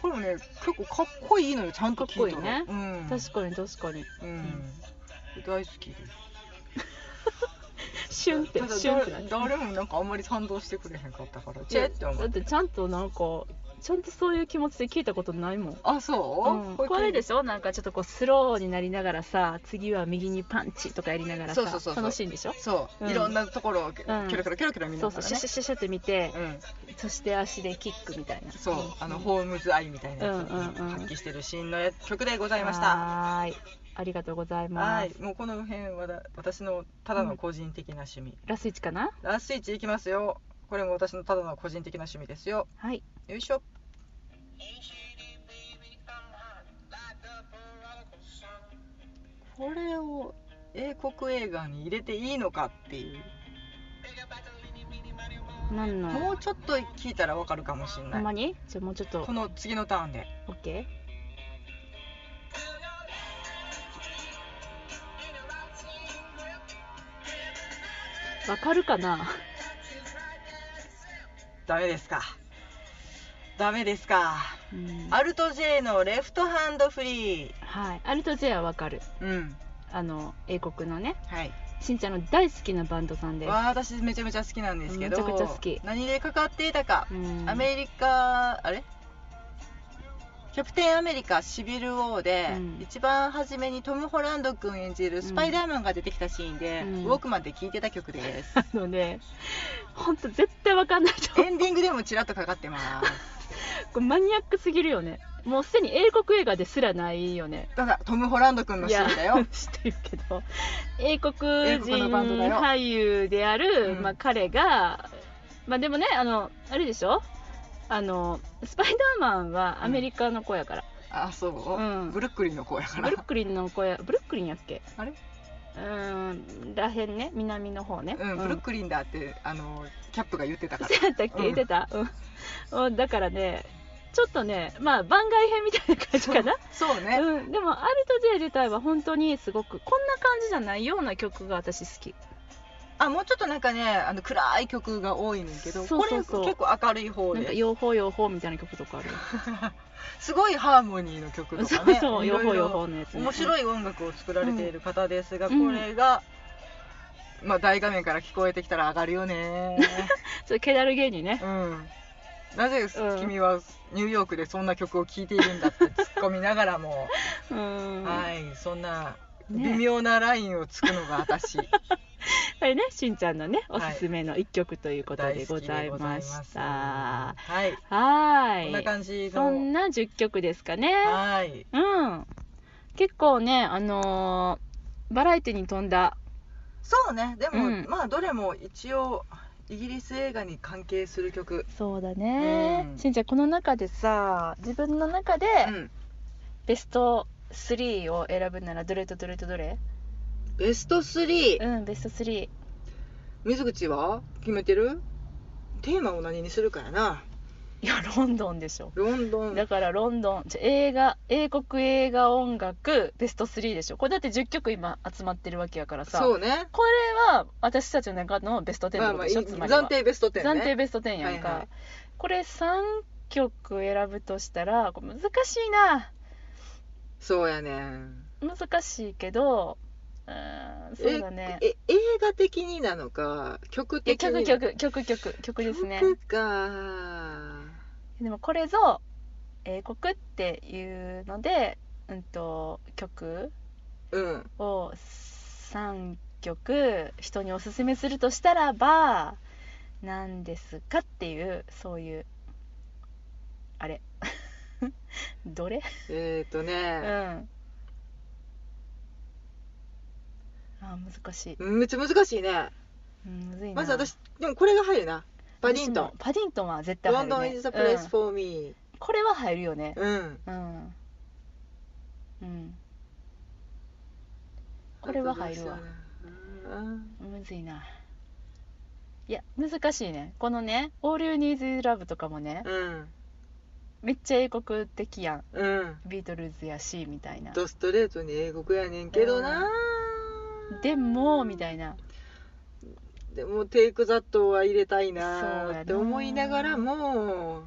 [SPEAKER 2] これもね結構かっこいいのよちゃんと聴いたら
[SPEAKER 1] かっこい
[SPEAKER 2] うん、
[SPEAKER 1] 確かに確かに
[SPEAKER 2] うん、大好きです
[SPEAKER 1] シュンって
[SPEAKER 2] ただ
[SPEAKER 1] シュンってなっ
[SPEAKER 2] 誰
[SPEAKER 1] て
[SPEAKER 2] 誰もなんかあんまり賛同してくれへんかったからチ
[SPEAKER 1] いや
[SPEAKER 2] ェって思
[SPEAKER 1] だ
[SPEAKER 2] っ
[SPEAKER 1] っててちゃんとなんかちゃんとそういう気持ちで聞いたことないもん
[SPEAKER 2] あそう、
[SPEAKER 1] うん、これですしょなんかちょっとこうスローになりながらさ次は右にパンチとかやりながらさ
[SPEAKER 2] そうそうそうそう
[SPEAKER 1] 楽しいんでしょ
[SPEAKER 2] そう、
[SPEAKER 1] うん
[SPEAKER 2] いろんなところをキョロキョロキョロキョロ見
[SPEAKER 1] そ
[SPEAKER 2] な
[SPEAKER 1] うそ
[SPEAKER 2] が
[SPEAKER 1] う
[SPEAKER 2] ら
[SPEAKER 1] シャシャ
[SPEAKER 2] ね
[SPEAKER 1] シャシャって見て、
[SPEAKER 2] うん、
[SPEAKER 1] そして足でキックみたいな
[SPEAKER 2] そう、あのホームズ愛みたいなやつ
[SPEAKER 1] うんうんうん
[SPEAKER 2] を発揮してるシーンのや曲でご
[SPEAKER 1] ご
[SPEAKER 2] ざいました。
[SPEAKER 1] はーいありがとうございます
[SPEAKER 2] はい、もうこの辺はだ私のただの個人的な趣味。
[SPEAKER 1] ラスイチかな
[SPEAKER 2] ラスイチいきますよ。これも私のただの個人的な趣味ですよ。
[SPEAKER 1] はい
[SPEAKER 2] よいしょ。これを英国映画に入れていいのかっていう。
[SPEAKER 1] 何
[SPEAKER 2] も
[SPEAKER 1] の
[SPEAKER 2] うちょっと聞いたらわかるかもしれ
[SPEAKER 1] ほん
[SPEAKER 2] な
[SPEAKER 1] ま
[SPEAKER 2] い。
[SPEAKER 1] にじゃあもうちょっと
[SPEAKER 2] この次のターンで。
[SPEAKER 1] OK? わかるかな
[SPEAKER 2] ダメですか。ダメですか。
[SPEAKER 1] うん
[SPEAKER 2] アルト J のレフトハンドフリー。
[SPEAKER 1] はいアルト J はわかる
[SPEAKER 2] うん。
[SPEAKER 1] あの英国のね
[SPEAKER 2] はい。
[SPEAKER 1] しんちゃんの大好きなバンドさんです
[SPEAKER 2] わあ私めちゃめちゃ好きなんですけど。
[SPEAKER 1] めちゃくちゃ好き
[SPEAKER 2] 何でかかっていたか。
[SPEAKER 1] うん
[SPEAKER 2] アメリカ、あれキャプテンアメリカシビル王で、
[SPEAKER 1] うん
[SPEAKER 2] 一番初めにトム・ホランド君演じるスパイダーマンが出てきたシーンで、
[SPEAKER 1] うん
[SPEAKER 2] ウォークマンで聴いてた曲です。
[SPEAKER 1] あのね本当絶対わかんないと思う
[SPEAKER 2] エンディングでもちらっとかかってます。
[SPEAKER 1] これマニアックすぎるよねもうすでに英国映画ですらないよね
[SPEAKER 2] ただ、トム・ホランド君 の
[SPEAKER 1] い
[SPEAKER 2] シ
[SPEAKER 1] や。
[SPEAKER 2] ーンだよ
[SPEAKER 1] 知ってるけど英国
[SPEAKER 2] 英
[SPEAKER 1] 人
[SPEAKER 2] 国のバンドだよ
[SPEAKER 1] 俳優である、
[SPEAKER 2] うん
[SPEAKER 1] まあ、彼が、まあ、でもねあのあれでしょあのスパイダーマンはアメリカの子やから、
[SPEAKER 2] あ、そう、
[SPEAKER 1] うん
[SPEAKER 2] ブルックリンの子やか
[SPEAKER 1] ブ
[SPEAKER 2] ら
[SPEAKER 1] ル。ックリンの子やブルックリンやっけ
[SPEAKER 2] あれ
[SPEAKER 1] うーんらへんね南の方ね
[SPEAKER 2] うん、ブルックリンだって、あの、キャップが言って たから。
[SPEAKER 1] そうやったっけ
[SPEAKER 2] うん
[SPEAKER 1] 言ってた、うんうん、だからねちょっとねまあ番外編みたいな感じかな
[SPEAKER 2] そうね。
[SPEAKER 1] うん、でもアルト J 自体は本当にすごくこんな感じじゃないような曲が私好き
[SPEAKER 2] あ、もうちょっとなんかね、あの、暗い曲が多いねんだけど、
[SPEAKER 1] そうそうそう
[SPEAKER 2] これ結構明るい方
[SPEAKER 1] なんか「
[SPEAKER 2] で。
[SPEAKER 1] 養蜂養蜂」みたいな曲とか あるよ
[SPEAKER 2] すごいハーモニーの曲と
[SPEAKER 1] そ
[SPEAKER 2] か
[SPEAKER 1] う
[SPEAKER 2] ね。
[SPEAKER 1] そう「養
[SPEAKER 2] ろろ
[SPEAKER 1] 蜂養蜂」のやつ、ね、
[SPEAKER 2] 面
[SPEAKER 1] い
[SPEAKER 2] 白い音楽を作られている方ですが、
[SPEAKER 1] うん
[SPEAKER 2] これが、まあ、大画面から聞こえてきたら上がる よね、
[SPEAKER 1] ちょっと気だるげにね
[SPEAKER 2] うん、なぜ
[SPEAKER 1] うん
[SPEAKER 2] 君はニューヨークでそんな曲を聴いているんだって突っ込みながらも、
[SPEAKER 1] うん
[SPEAKER 2] はいそんな
[SPEAKER 1] ね
[SPEAKER 2] 微妙なラインをつくのが 私、
[SPEAKER 1] これねしんちゃんのねお
[SPEAKER 2] はい
[SPEAKER 1] すすめの一曲ということ
[SPEAKER 2] 大
[SPEAKER 1] で
[SPEAKER 2] 好
[SPEAKER 1] ご
[SPEAKER 2] き
[SPEAKER 1] ざ
[SPEAKER 2] で
[SPEAKER 1] い
[SPEAKER 2] ござい
[SPEAKER 1] ま
[SPEAKER 2] ま
[SPEAKER 1] し
[SPEAKER 2] す
[SPEAKER 1] た
[SPEAKER 2] はい
[SPEAKER 1] は
[SPEAKER 2] こんな
[SPEAKER 1] ーい
[SPEAKER 2] 感じ
[SPEAKER 1] そん
[SPEAKER 2] の
[SPEAKER 1] な10曲ですかね
[SPEAKER 2] はい
[SPEAKER 1] うん結構ねあのーバラエティに富んだ
[SPEAKER 2] そうねでも、
[SPEAKER 1] うん
[SPEAKER 2] まあどれも一応イギリス映画に関係する曲、
[SPEAKER 1] そうだね、
[SPEAKER 2] うん
[SPEAKER 1] しんちゃんこの中でさ自分の中で
[SPEAKER 2] うん
[SPEAKER 1] ベスト3を選ぶならどれとどれとどれ
[SPEAKER 2] ベスト3、
[SPEAKER 1] うんベスト3
[SPEAKER 2] 水口は決めてるテーマを何にするかやない
[SPEAKER 1] やロンドンでしょ
[SPEAKER 2] ロンドン
[SPEAKER 1] だからロンドンじゃ映画英国映画音楽ベスト3でしょこれだって10曲今集まってるわけやからさ
[SPEAKER 2] そうね
[SPEAKER 1] これは私たちの中のベスト10って
[SPEAKER 2] ま
[SPEAKER 1] こ
[SPEAKER 2] あ
[SPEAKER 1] と
[SPEAKER 2] まあ
[SPEAKER 1] で
[SPEAKER 2] い
[SPEAKER 1] しょ、つまりは
[SPEAKER 2] 暫定ベスト10ね
[SPEAKER 1] 暫定ベスト10やんか、
[SPEAKER 2] はいはい
[SPEAKER 1] これ3曲選ぶとしたらこれ難しいな
[SPEAKER 2] そうやねん
[SPEAKER 1] 難しいけどうーんそうだね
[SPEAKER 2] ええ映画的になのか曲
[SPEAKER 1] いや
[SPEAKER 2] 的に
[SPEAKER 1] 曲曲曲曲曲ですね
[SPEAKER 2] 曲か
[SPEAKER 1] でもこれぞ英国っていうので、うん、と曲
[SPEAKER 2] うん
[SPEAKER 1] を3曲人におすすめするとしたらばなんですかっていうそういうあれ どれ
[SPEAKER 2] えっと
[SPEAKER 1] うん
[SPEAKER 2] ね、
[SPEAKER 1] あー難しい、
[SPEAKER 2] めっちゃ難しいね
[SPEAKER 1] うん、むずいな
[SPEAKER 2] まず私でもこれが入るなパディン
[SPEAKER 1] 私
[SPEAKER 2] ト
[SPEAKER 1] もパディントンは絶
[SPEAKER 2] ン
[SPEAKER 1] 対入る、ね、
[SPEAKER 2] London is the place
[SPEAKER 1] うん
[SPEAKER 2] for me
[SPEAKER 1] これは入るよね
[SPEAKER 2] うん
[SPEAKER 1] うんうんこれは入るわ
[SPEAKER 2] うん
[SPEAKER 1] むずいないや難しいねこのね「All You Need Is Love」とかもね
[SPEAKER 2] うん
[SPEAKER 1] めっちゃ英国的やん
[SPEAKER 2] うん
[SPEAKER 1] ビートルズやしみたいな
[SPEAKER 2] ドストレートに英国やねんけどな
[SPEAKER 1] でもみたいな
[SPEAKER 2] でもテイクザットは入れたい
[SPEAKER 1] そうや
[SPEAKER 2] な
[SPEAKER 1] な
[SPEAKER 2] って思いながらも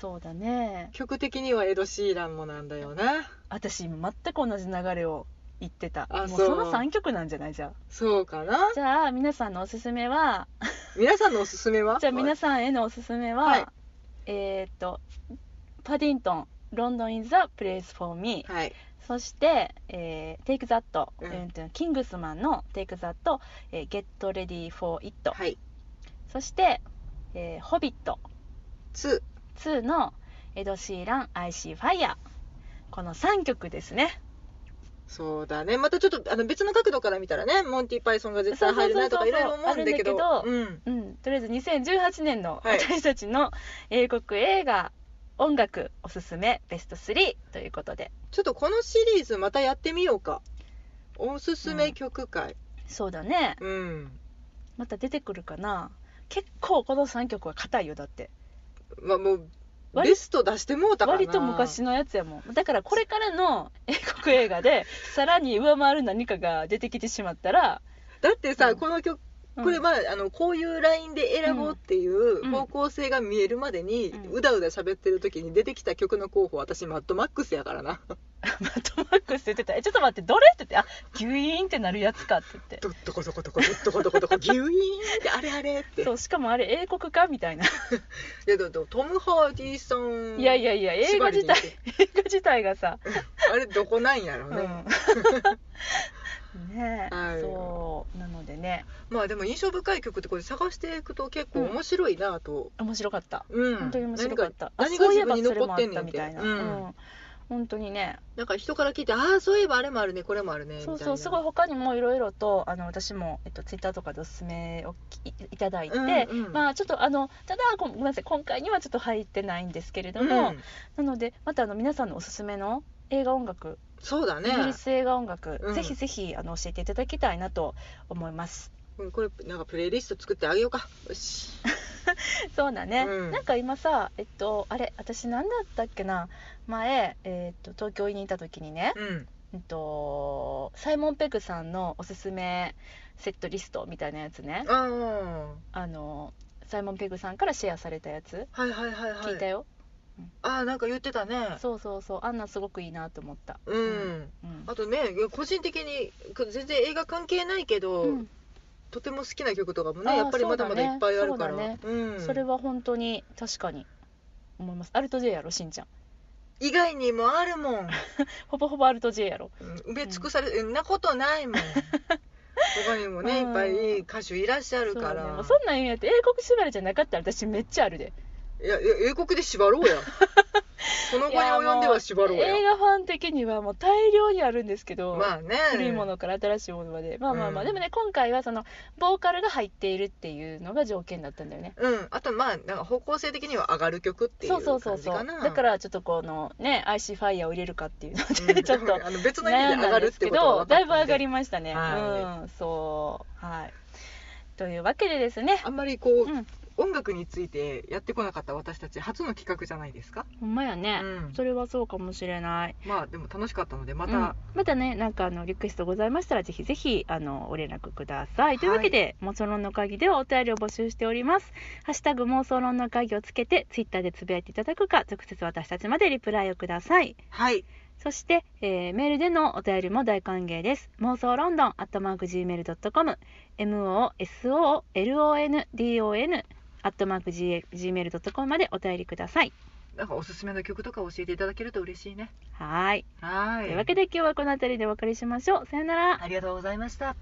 [SPEAKER 1] そうだね
[SPEAKER 2] 曲的にはエド・シーランもなんだよな
[SPEAKER 1] 私全く同じ流れを言ってた
[SPEAKER 2] あ
[SPEAKER 1] もう
[SPEAKER 2] そう
[SPEAKER 1] その3曲なんじゃないじゃ
[SPEAKER 2] そうか
[SPEAKER 1] あ
[SPEAKER 2] な
[SPEAKER 1] じゃあ皆さんのおすすめは
[SPEAKER 2] 皆さんのおすすめは
[SPEAKER 1] じゃあ皆さんへのおすすめは、
[SPEAKER 2] はいえ
[SPEAKER 1] えーっと「パディントン」「ロンドン・イン・ザ・プレイス・フォー・ミー
[SPEAKER 2] はい」
[SPEAKER 1] そして「えー、テイク・ザ・ット」
[SPEAKER 2] うん
[SPEAKER 1] えーっとキングスマンの「テイク・ザ・ット」えー「ゲット・レディ・フォー・イット」
[SPEAKER 2] はい
[SPEAKER 1] そして、えーホビット
[SPEAKER 2] 2
[SPEAKER 1] 2のエド・シーラン、アイシー・ファイヤー。この3曲ですね。
[SPEAKER 2] そうだねまたちょっとあの別の角度から見たらねモンティ・パイソンが絶対入るなとか
[SPEAKER 1] そう
[SPEAKER 2] い
[SPEAKER 1] そう
[SPEAKER 2] ろい
[SPEAKER 1] そう
[SPEAKER 2] ろ
[SPEAKER 1] そう
[SPEAKER 2] 思うんだけど
[SPEAKER 1] ある
[SPEAKER 2] うん
[SPEAKER 1] うん、とりあえず2018年の
[SPEAKER 2] はい
[SPEAKER 1] 私たちの英国映画、音楽おすすめベスト3ということで。
[SPEAKER 2] ちょっとこのシリーズまたやってみようかおすすめ曲会
[SPEAKER 1] そうだね。
[SPEAKER 2] うん、
[SPEAKER 1] また出てくるかな。結構この3曲は硬いよ、だって。
[SPEAKER 2] まあもう
[SPEAKER 1] 割
[SPEAKER 2] ベスト出してもうたからな
[SPEAKER 1] 割と昔のやつやもん。だからこれからの英国映画で、さらに上回る何かが出てきてしまったら、
[SPEAKER 2] だってさ、
[SPEAKER 1] うん
[SPEAKER 2] この曲
[SPEAKER 1] うん
[SPEAKER 2] これは、あのこういうラインで選ぼうっていう
[SPEAKER 1] うん
[SPEAKER 2] 方向性が見えるまでに、
[SPEAKER 1] う
[SPEAKER 2] うんだうだ喋ってる時に出てきた曲の候補私マッドマックスやからな
[SPEAKER 1] マットマックスって言ってた「えちょっと待ってどれ?」って言って「あギュイーンってなるやつか」って言って
[SPEAKER 2] どどこどこどこどこどこどこギュイーンってあれあれって
[SPEAKER 1] そうしかもあれ英国かみたいな、
[SPEAKER 2] いやどどトム・ハーディーさん
[SPEAKER 1] いやいやいや映画自体
[SPEAKER 2] 縛り
[SPEAKER 1] 映画自体がさ、
[SPEAKER 2] あれどこなんやろ
[SPEAKER 1] う、
[SPEAKER 2] うんね、
[SPEAKER 1] ねえ、
[SPEAKER 2] はい
[SPEAKER 1] そうなのでね
[SPEAKER 2] まあでも印象深い曲ってこれ探していくと結構面白いなと、
[SPEAKER 1] 面白かった、
[SPEAKER 2] うん
[SPEAKER 1] 本当に面白かったあ
[SPEAKER 2] 何が
[SPEAKER 1] そうい
[SPEAKER 2] 自
[SPEAKER 1] えばそ
[SPEAKER 2] 分に
[SPEAKER 1] れ
[SPEAKER 2] 残
[SPEAKER 1] も
[SPEAKER 2] っ
[SPEAKER 1] あ
[SPEAKER 2] て
[SPEAKER 1] っ
[SPEAKER 2] んね
[SPEAKER 1] た
[SPEAKER 2] んっ
[SPEAKER 1] み
[SPEAKER 2] て
[SPEAKER 1] たいな、
[SPEAKER 2] うん
[SPEAKER 1] うん本当にね
[SPEAKER 2] なんか人から聞いてああそういえばあれもあるねこれもあるねみたい
[SPEAKER 1] そ
[SPEAKER 2] な
[SPEAKER 1] うそうすごい他にもいろいろとあの私も、えっと、ツイッターとかでおすすめをきいいただいて、
[SPEAKER 2] うんうん
[SPEAKER 1] まあちょっとあのただごごめんなさい今回にはちょっと入ってないんですけれど
[SPEAKER 2] うん
[SPEAKER 1] も、なのでまたあの皆さんのおすすめの映画音楽、
[SPEAKER 2] そうだね
[SPEAKER 1] イギリス映画音楽、
[SPEAKER 2] うん
[SPEAKER 1] ぜひぜひあの教えていただきたいなと思います。
[SPEAKER 2] うんこれなんかプレイリスト作ってあげようかよし
[SPEAKER 1] そうだね、
[SPEAKER 2] うん
[SPEAKER 1] なんか今さえっとあれ私何だったっけな前、えっと東京にいた時にね、
[SPEAKER 2] うん
[SPEAKER 1] うんとサイモン・ペグさんのおすすめセットリストみたい なやつね、
[SPEAKER 2] あ
[SPEAKER 1] あのサイモン・ペグさんからシェアされたやつ
[SPEAKER 2] あはいはいはいはい
[SPEAKER 1] 聞いたよ、
[SPEAKER 2] ああなんか言ってたね
[SPEAKER 1] そうそうそうあんなすごくいいなと思った、
[SPEAKER 2] うん、
[SPEAKER 1] うん
[SPEAKER 2] あとね個人的にこ全然映画関係ないけど、
[SPEAKER 1] うん
[SPEAKER 2] とても好きな曲とかもね
[SPEAKER 1] あー
[SPEAKER 2] やっぱりまだまだいっぱいあるから
[SPEAKER 1] そううだね
[SPEAKER 2] ん、
[SPEAKER 1] それは本当に確かに思いますアルト J やろしんちゃん
[SPEAKER 2] 以外にもあるもん
[SPEAKER 1] ほぼほぼアルト J やろ
[SPEAKER 2] うん埋め尽くされる、ん、なことな いもん他にもねいっぱいいい歌手いらっしゃるか
[SPEAKER 1] そう,、ね、も
[SPEAKER 2] ら
[SPEAKER 1] うそんなん言うんやって英国縛りじゃなかったら私めっちゃあるで
[SPEAKER 2] いやいや英国で 縛ろうやこの子に及んでは縛ろう
[SPEAKER 1] いやも映
[SPEAKER 2] や
[SPEAKER 1] 画ファン的にはもう大量にあるんですけど、
[SPEAKER 2] まあね
[SPEAKER 1] 古いものから新しいものまでまあまあまあ、
[SPEAKER 2] うん
[SPEAKER 1] でもね今回はそのボーカルが入っているっていうのが条件だったんだよね
[SPEAKER 2] うんあとまあなんか方向性的には上がる曲ってい
[SPEAKER 1] そう
[SPEAKER 2] う
[SPEAKER 1] そ
[SPEAKER 2] 感
[SPEAKER 1] うそう
[SPEAKER 2] じ
[SPEAKER 1] そ
[SPEAKER 2] か
[SPEAKER 1] う
[SPEAKER 2] な
[SPEAKER 1] だからちょっとこのね IC ファイヤーを入れるかっていうので、
[SPEAKER 2] う ん
[SPEAKER 1] ちょっと
[SPEAKER 2] あの別の意
[SPEAKER 1] 悩ん
[SPEAKER 2] 味で上
[SPEAKER 1] だ
[SPEAKER 2] が
[SPEAKER 1] ん
[SPEAKER 2] る
[SPEAKER 1] で
[SPEAKER 2] っ
[SPEAKER 1] す
[SPEAKER 2] て
[SPEAKER 1] け
[SPEAKER 2] ことは
[SPEAKER 1] ど
[SPEAKER 2] 分かっ
[SPEAKER 1] だ
[SPEAKER 2] た
[SPEAKER 1] いぶ上がり
[SPEAKER 2] ま
[SPEAKER 1] ましたね、
[SPEAKER 2] は
[SPEAKER 1] うんそうはいというわけでですね
[SPEAKER 2] あんまりこう、
[SPEAKER 1] うん
[SPEAKER 2] 音楽についてやってこなかった私たち初の企画じゃないですか、
[SPEAKER 1] ほんまやね、
[SPEAKER 2] うん
[SPEAKER 1] それはそうかもしれない
[SPEAKER 2] まあでも楽しかったのでま
[SPEAKER 1] うん
[SPEAKER 2] た、
[SPEAKER 1] またねなんかあのリクエストございましたらぜひぜひあのお連絡ください、というわけで妄想論の会議ではお便りを募集しておりますハッシュタグ妄想論の会議をつけてツイッターでつぶやいていただくか直接私たちまでリプライをください
[SPEAKER 2] はい
[SPEAKER 1] そして、えーメールでのお便りも大歓迎です。妄想ロンドン、アットマーク Gmail.com、MOSOLONDON、アットマーク Gmail.com までお便りください。
[SPEAKER 2] なんかおすすめの曲とか教えていただけると嬉しいね
[SPEAKER 1] はーい。
[SPEAKER 2] は
[SPEAKER 1] と
[SPEAKER 2] い
[SPEAKER 1] いうわけで今日はこの辺りでお別れしましょう。さよなら。
[SPEAKER 2] ありがとうございました